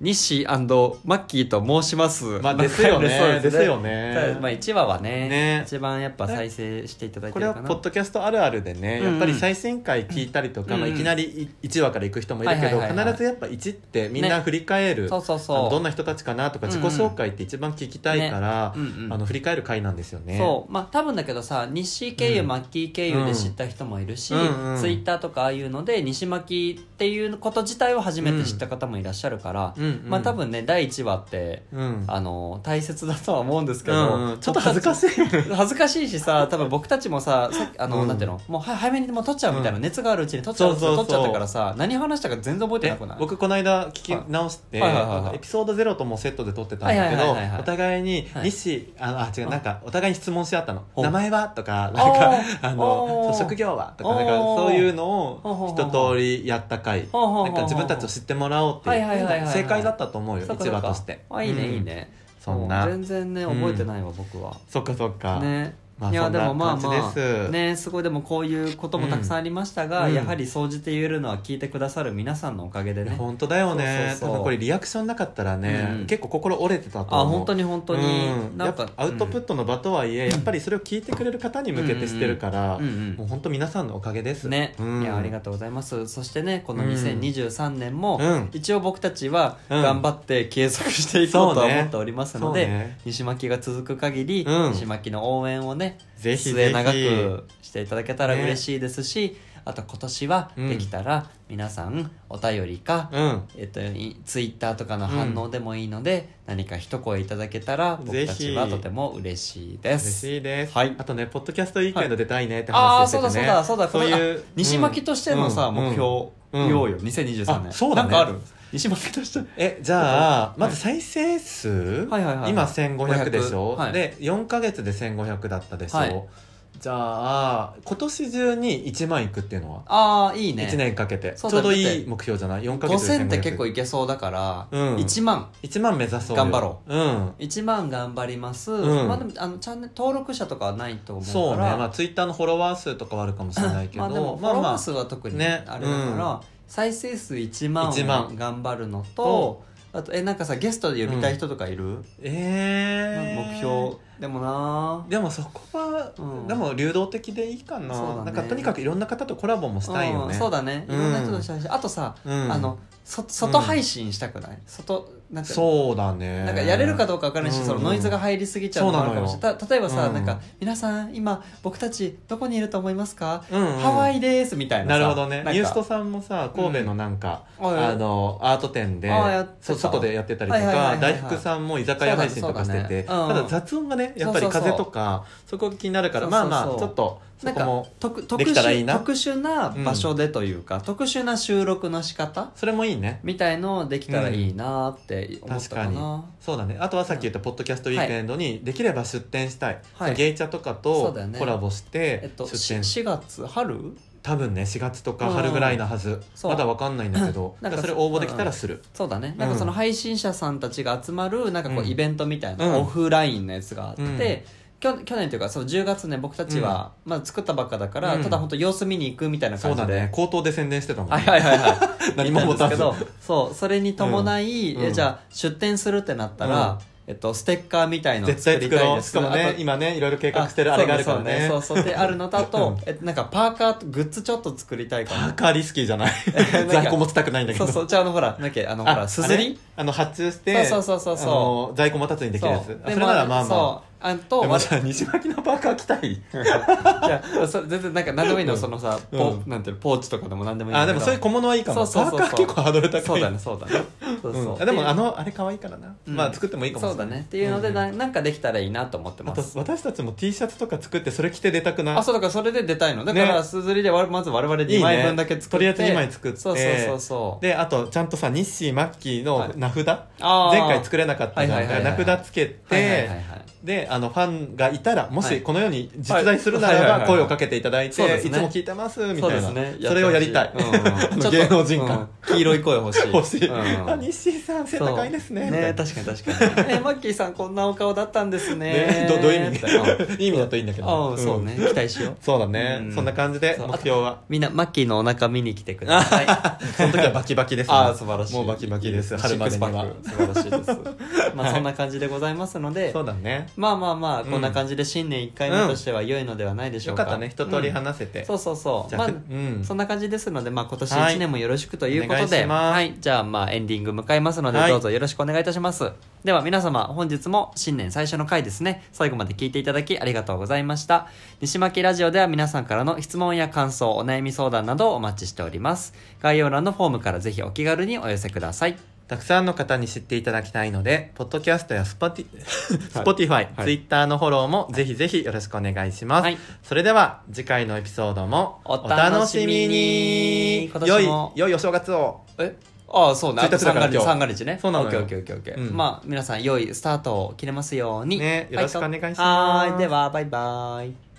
Speaker 1: ニッシーマッキーと申します
Speaker 2: まあですよね
Speaker 1: そう
Speaker 2: ですよ
Speaker 1: ただ
Speaker 2: ね、
Speaker 1: まあ1話はね
Speaker 2: ね
Speaker 1: 一番やっぱ再生していただい
Speaker 2: こ
Speaker 1: て
Speaker 2: れ
Speaker 1: る
Speaker 2: は
Speaker 1: かな
Speaker 2: ポッドキャストあるあるでね、
Speaker 1: うんうん
Speaker 2: やっぱり最新回聞いたりとか、
Speaker 1: うんうん
Speaker 2: まあ、いきなり1話から行く人もいるけど、
Speaker 1: はいはいはいはい
Speaker 2: 必ずやっぱ1ってみんな
Speaker 1: ね
Speaker 2: 振り返る、
Speaker 1: そうそう
Speaker 2: あの
Speaker 1: そう
Speaker 2: どんな人たちかなとか
Speaker 1: うんう
Speaker 2: 自
Speaker 1: ん
Speaker 2: 己紹介って一番聞きたいから、
Speaker 1: ねうんうん
Speaker 2: あの振り返る回なんですよね。
Speaker 1: そうまあ多分だけどさ西経由、
Speaker 2: うん
Speaker 1: マッキー経由で知った人もいるし、
Speaker 2: うんうん
Speaker 1: ツイッターとかああいうので西巻っていうこと自体を初めて知った方もいらっしゃるから、
Speaker 2: うんうんうん
Speaker 1: まあ多分ね第1話って
Speaker 2: うん
Speaker 1: あの大切だとは思うんですけ
Speaker 2: う
Speaker 1: ど、
Speaker 2: んうんちょっと恥ずかしい
Speaker 1: 恥ずかしいしさ多分僕たちもささっきあの、
Speaker 2: うん
Speaker 1: なんていうのもうは早めにもう取っちゃうみたいな、
Speaker 2: うん
Speaker 1: 熱があるうちに取っちゃう
Speaker 2: そうそうそう
Speaker 1: 取っちゃったからさ何話したか全然覚えてな
Speaker 2: で
Speaker 1: くない
Speaker 2: 僕この間聞き直して、
Speaker 1: はいはいはいはい
Speaker 2: なんかエピソード0ともセットで撮ってたんだけ
Speaker 1: はい
Speaker 2: ど
Speaker 1: はいはいはい
Speaker 2: お互いに
Speaker 1: はい
Speaker 2: 西、ああ違うなんかお互いに質問し合ったの「
Speaker 1: ほう
Speaker 2: 名前は?」とか「なんか
Speaker 1: おー
Speaker 2: あの
Speaker 1: おー
Speaker 2: そう職業は?」とかなんか
Speaker 1: おー
Speaker 2: そういうの
Speaker 1: ほうほう
Speaker 2: を
Speaker 1: ほう
Speaker 2: 一通りやった回
Speaker 1: ほうほうほうほ
Speaker 2: な
Speaker 1: うん
Speaker 2: か自分たちを知ってもらおうっていう、
Speaker 1: はいはいはいはいはい
Speaker 2: 正解だったと思うよ
Speaker 1: そっかそ
Speaker 2: 一
Speaker 1: っ
Speaker 2: 話
Speaker 1: か
Speaker 2: として
Speaker 1: あいいね、
Speaker 2: うん
Speaker 1: いいね
Speaker 2: そんな
Speaker 1: もう全然ね
Speaker 2: うん
Speaker 1: 覚えてないわ、僕は
Speaker 2: そっかそっか、
Speaker 1: ね
Speaker 2: まあ
Speaker 1: いや
Speaker 2: そん
Speaker 1: で
Speaker 2: な
Speaker 1: もまあ
Speaker 2: 感
Speaker 1: ま
Speaker 2: じです
Speaker 1: あねすごいでもこういうこともたくさんありましたが、
Speaker 2: うん
Speaker 1: やはり総じて言えるのは聞いてくださる皆さんのおかげで
Speaker 2: いや
Speaker 1: ね
Speaker 2: 本当だよね
Speaker 1: そうそうそう
Speaker 2: 多分これリアクションなかったらね、
Speaker 1: うん
Speaker 2: 結構心折れてたと
Speaker 1: あ
Speaker 2: 思う
Speaker 1: 本当に本当に、
Speaker 2: うん
Speaker 1: なん
Speaker 2: や
Speaker 1: か
Speaker 2: っぱアウトプットの場とはいえ、やっぱりそれを聞いてくれる方に向けてしてるから、
Speaker 1: うんうん
Speaker 2: もう本当皆さんのおかげです
Speaker 1: ね、
Speaker 2: うん、
Speaker 1: いやありがとうございますそしてねこの
Speaker 2: うん
Speaker 1: 2023年も、
Speaker 2: うん
Speaker 1: 一応僕たちは
Speaker 2: うん
Speaker 1: 頑張って継続していこうとは
Speaker 2: そうね
Speaker 1: 思っておりますので、
Speaker 2: そうね
Speaker 1: 西巻が続く限り、
Speaker 2: うん
Speaker 1: 西巻の応援をね
Speaker 2: ぜひぜ
Speaker 1: 末
Speaker 2: ひ
Speaker 1: 長くしていただけたら
Speaker 2: ね
Speaker 1: 嬉しいですし、あと今年は
Speaker 2: うん
Speaker 1: できたら皆さんお便りか、
Speaker 2: うん
Speaker 1: えっと、いツイッターとかの反応でもいいので、何か一声いただけたら僕たちは
Speaker 2: ぜひ
Speaker 1: とても嬉しいで
Speaker 2: 嬉
Speaker 1: す。
Speaker 2: しいです、
Speaker 1: はい
Speaker 2: あとねポッドキャストウィークエンド出たいねって
Speaker 1: ああ
Speaker 2: 話
Speaker 1: ー
Speaker 2: して
Speaker 1: そう
Speaker 2: て、ね
Speaker 1: だそうだそうだ
Speaker 2: そういう
Speaker 1: あ西巻としてのさ、
Speaker 2: うん
Speaker 1: 目標
Speaker 2: うん
Speaker 1: ようよ2023年
Speaker 2: あそうだね
Speaker 1: なんかある西巻として
Speaker 2: えじゃあまず再生数、
Speaker 1: はいはいはい
Speaker 2: 今1500でしょ、
Speaker 1: 500はい
Speaker 2: で4か月で1500だったでしょ、
Speaker 1: はい
Speaker 2: じゃあ今年中に1万いくっていうのは、
Speaker 1: ああいいね
Speaker 2: 一1年かけてちょ
Speaker 1: そううだね
Speaker 2: どいい目標じゃない4か月で
Speaker 1: 5000って結構
Speaker 2: 1500
Speaker 1: いけそうだから、
Speaker 2: うん
Speaker 1: 1万
Speaker 2: 1万目指そう
Speaker 1: 頑張ろ
Speaker 2: ううん
Speaker 1: 1万頑張ります、
Speaker 2: うん
Speaker 1: まあでもあのチャンネル登録者とかはないと思うから
Speaker 2: そうねまあツイッターのフォロワー数とかはあるかもしれないけど
Speaker 1: まあでもフ
Speaker 2: ま
Speaker 1: ォ
Speaker 2: あ
Speaker 1: ロワ
Speaker 2: ま
Speaker 1: ー
Speaker 2: あ
Speaker 1: 数は特にあれ
Speaker 2: ね
Speaker 1: だから、再生数1万
Speaker 2: 1
Speaker 1: を
Speaker 2: 万
Speaker 1: 頑張るのとあとえなんかさゲストで呼びたい人とかいる、
Speaker 2: え
Speaker 1: なんか目
Speaker 2: え
Speaker 1: 標でもな
Speaker 2: でもそこは、
Speaker 1: うん
Speaker 2: でも流動的でいいかな,、
Speaker 1: そうだね
Speaker 2: なんかとにかくいろんな方とコラボもしたいよ
Speaker 1: うん
Speaker 2: ね
Speaker 1: そうだねいろんな人としたいし、あとさ、
Speaker 2: うん
Speaker 1: あのそ外配信したくない、外なんか
Speaker 2: そうだね
Speaker 1: なんかやれるかどうかわからないし、
Speaker 2: うん
Speaker 1: そのノイズが入りすぎちゃうのもあるかもしれないた例えばさ、
Speaker 2: うん
Speaker 1: なんか皆さん今僕たちどこにいると思いますか、
Speaker 2: うんうん
Speaker 1: ハワイですみたいな
Speaker 2: な
Speaker 1: さ
Speaker 2: るほどね
Speaker 1: なんか
Speaker 2: ユーストさんもさ神戸のなんか、
Speaker 1: うん
Speaker 2: あのアート展で
Speaker 1: あやってた
Speaker 2: そう外でやってたりと
Speaker 1: はいはいはいは
Speaker 2: か
Speaker 1: い
Speaker 2: 大福さんも居酒屋配信とかし
Speaker 1: そ
Speaker 2: てて、
Speaker 1: うだねそうだねうん
Speaker 2: ただ雑音がねやっぱり
Speaker 1: そうそうそう
Speaker 2: 風とかそこが気になるか
Speaker 1: そ
Speaker 2: ら
Speaker 1: うそうそう
Speaker 2: まあまあちょっとそ
Speaker 1: なん
Speaker 2: こ
Speaker 1: か
Speaker 2: も
Speaker 1: 特特
Speaker 2: できたらいい
Speaker 1: 殊
Speaker 2: な
Speaker 1: 特殊な場所でというか、特殊な収録の仕方
Speaker 2: それもいいね
Speaker 1: みたいのできたらいいなって思った
Speaker 2: 確
Speaker 1: か
Speaker 2: か
Speaker 1: な、
Speaker 2: にそうだねあとはさっき言ったポッドキャストウィークエンドにできれば出店したい、
Speaker 1: はい
Speaker 2: ゲイチャとか
Speaker 1: そう
Speaker 2: と
Speaker 1: だよね
Speaker 2: コラボし
Speaker 1: えって
Speaker 2: 出
Speaker 1: と、
Speaker 2: 店
Speaker 1: し4月春
Speaker 2: 多分ね4月とか
Speaker 1: うん
Speaker 2: 春ぐらいのはず
Speaker 1: そう
Speaker 2: まだわかんないんだけど
Speaker 1: な
Speaker 2: なんん
Speaker 1: か
Speaker 2: かそれ
Speaker 1: そ
Speaker 2: 応募できたらする、
Speaker 1: そうだねなんかその配信者さんたちが集まるなんかこ
Speaker 2: う
Speaker 1: うんイベントみたいな、
Speaker 2: うん
Speaker 1: オフラインのやつがあって、
Speaker 2: うん
Speaker 1: きょ去年というかその10月ね僕たちは、まだ作ったばっかだから、
Speaker 2: うん
Speaker 1: ただ本当様子見に行くみたいな
Speaker 2: そ
Speaker 1: 感
Speaker 2: う
Speaker 1: じ
Speaker 2: だ
Speaker 1: で、
Speaker 2: ね口頭で宣伝してたもん、ね
Speaker 1: はいはいはいはい
Speaker 2: 何も持たず
Speaker 1: 言ったんですけどそうそれに伴い、
Speaker 2: うん
Speaker 1: えじゃあ出店するってなったら、えっと、ステッカーみたいのを
Speaker 2: 絶
Speaker 1: 作
Speaker 2: 対
Speaker 1: り
Speaker 2: 作
Speaker 1: たい
Speaker 2: ろ
Speaker 1: で
Speaker 2: う
Speaker 1: す
Speaker 2: しかもね今ねいろいろ計画してるあれがあるからね
Speaker 1: そうそうそうであるのとあ
Speaker 2: う
Speaker 1: と
Speaker 2: ん
Speaker 1: えなんかパーカーとグッズちょっと作りたいか
Speaker 2: パ
Speaker 1: な
Speaker 2: ーカーリスキーじゃない
Speaker 1: なんか
Speaker 2: 在庫持ちたくないんだけ
Speaker 1: そ
Speaker 2: ど
Speaker 1: うそうじゃああのほらなんだっけあのほらすず
Speaker 2: あれ
Speaker 1: り
Speaker 2: あの発注して
Speaker 1: そうそうそうそうそう
Speaker 2: あの在庫持たずにできるやつ
Speaker 1: そう
Speaker 2: あそれならまあまあ
Speaker 1: そうあんと
Speaker 2: でもさ西巻のパーカー着たい
Speaker 1: いやそう全然なんか何でもいいの、
Speaker 2: うん
Speaker 1: そのさ、ポ
Speaker 2: うん
Speaker 1: なんていうのポーチとかでも何でもいいん
Speaker 2: あ
Speaker 1: だけど
Speaker 2: でもそういう小物はいいかも
Speaker 1: そうそうそうそう
Speaker 2: パーカー結構ハードル高い
Speaker 1: そうだねそうだ ねそうそう、
Speaker 2: うんあでもあ
Speaker 1: の
Speaker 2: のあれ可愛いからな、
Speaker 1: うん
Speaker 2: まあ作ってもいいかもし
Speaker 1: そう
Speaker 2: れな
Speaker 1: だ
Speaker 2: い
Speaker 1: ねっていうので、ななんかできたらいいなと思って
Speaker 2: あ
Speaker 1: ま
Speaker 2: と
Speaker 1: す
Speaker 2: 私たちも T シャツとか作ってそれ着て出たくない
Speaker 1: あそうだからそれで出たいのだから
Speaker 2: ね
Speaker 1: すずりでわまず我々
Speaker 2: い
Speaker 1: 2
Speaker 2: いね
Speaker 1: 枚分だけ作って
Speaker 2: とりあえず2枚作って
Speaker 1: そうそうそうそう
Speaker 2: であとちゃんとさ日誌マッキー
Speaker 1: は
Speaker 2: の
Speaker 1: い
Speaker 2: 名札、
Speaker 1: あー
Speaker 2: 前回作れなかったじゃん
Speaker 1: はいはいはいはい
Speaker 2: 名札つけて、
Speaker 1: はいはいはいはい
Speaker 2: であのファンがいたらも
Speaker 1: は
Speaker 2: し
Speaker 1: い
Speaker 2: このように実在するなら
Speaker 1: はいはいはいは
Speaker 2: ば
Speaker 1: い
Speaker 2: 声をかけていただいて、
Speaker 1: そうで
Speaker 2: い
Speaker 1: すね
Speaker 2: つも聞いてますみた
Speaker 1: そ
Speaker 2: い
Speaker 1: で
Speaker 2: うな
Speaker 1: す
Speaker 2: そ,、
Speaker 1: ね
Speaker 2: れをやりたい、
Speaker 1: うん
Speaker 2: あの芸能人感
Speaker 1: うん黄色い声欲しい
Speaker 2: 欲しい、
Speaker 1: うん
Speaker 2: あ西さん背高いですねみた
Speaker 1: ね
Speaker 2: いな
Speaker 1: 確かに確かにえマッキーさんこんなお顔だったんですね
Speaker 2: ねどどういう意
Speaker 1: み
Speaker 2: 味
Speaker 1: たいな
Speaker 2: いい意味だといいんだけど、
Speaker 1: ああそうね期待しよう
Speaker 2: そうだね、
Speaker 1: うん
Speaker 2: そんな感じで
Speaker 1: そう
Speaker 2: 目標は
Speaker 1: みんなマッキーのお腹見に来てください
Speaker 2: そ の時はバキバキです、
Speaker 1: ああ素晴らしい
Speaker 2: もうバキバキです
Speaker 1: いい
Speaker 2: 春までには
Speaker 1: シックスパック素晴らしいですまあそんな感じでございますので
Speaker 2: そうだね
Speaker 1: まあまあまあ
Speaker 2: うん
Speaker 1: こんな感じで新年1回目としては良いのではないでしょ
Speaker 2: よ
Speaker 1: う
Speaker 2: か
Speaker 1: か、
Speaker 2: ったね一通り
Speaker 1: うん
Speaker 2: 話せて、
Speaker 1: そうそうそう
Speaker 2: じゃ
Speaker 1: ま
Speaker 2: あ
Speaker 1: あ、
Speaker 2: うん
Speaker 1: そんな感じですので、まあ、今年
Speaker 2: はい
Speaker 1: 1年もよろしくということ
Speaker 2: お願い
Speaker 1: で、
Speaker 2: し
Speaker 1: は
Speaker 2: ます
Speaker 1: いじゃあまあエンディング迎えますので、
Speaker 2: はい
Speaker 1: どうぞよろしくお願いいたしますでは皆様本日も新年最初の回ですね最後まで聞いていただきありがとうございました西巻ラジオでは皆さんからの質問や感想お悩み相談などをお待ちしております概要欄のフォームからぜひお気軽にお寄せください
Speaker 2: たくさんの方に知っていただきたいので、ポッドキャストやス ポティ、スポティファ
Speaker 3: は
Speaker 2: イ、
Speaker 3: い
Speaker 2: ツイッターのフォローもぜひぜひよろしくお願いします。
Speaker 1: はい
Speaker 2: それでは次回のエピソードも
Speaker 1: お楽しみに
Speaker 2: お楽しみに良い
Speaker 1: 今年も、
Speaker 2: 良いお正月を。
Speaker 1: えああそうね
Speaker 2: 1日だから今日
Speaker 1: 三が日ね
Speaker 2: そうなのよ
Speaker 1: オッケーオッケーオッケーオッケー、
Speaker 2: うん
Speaker 1: まあ皆さん良いスタートを切れますように
Speaker 2: ねよろしくお願いします
Speaker 1: はとはーいではバイバイ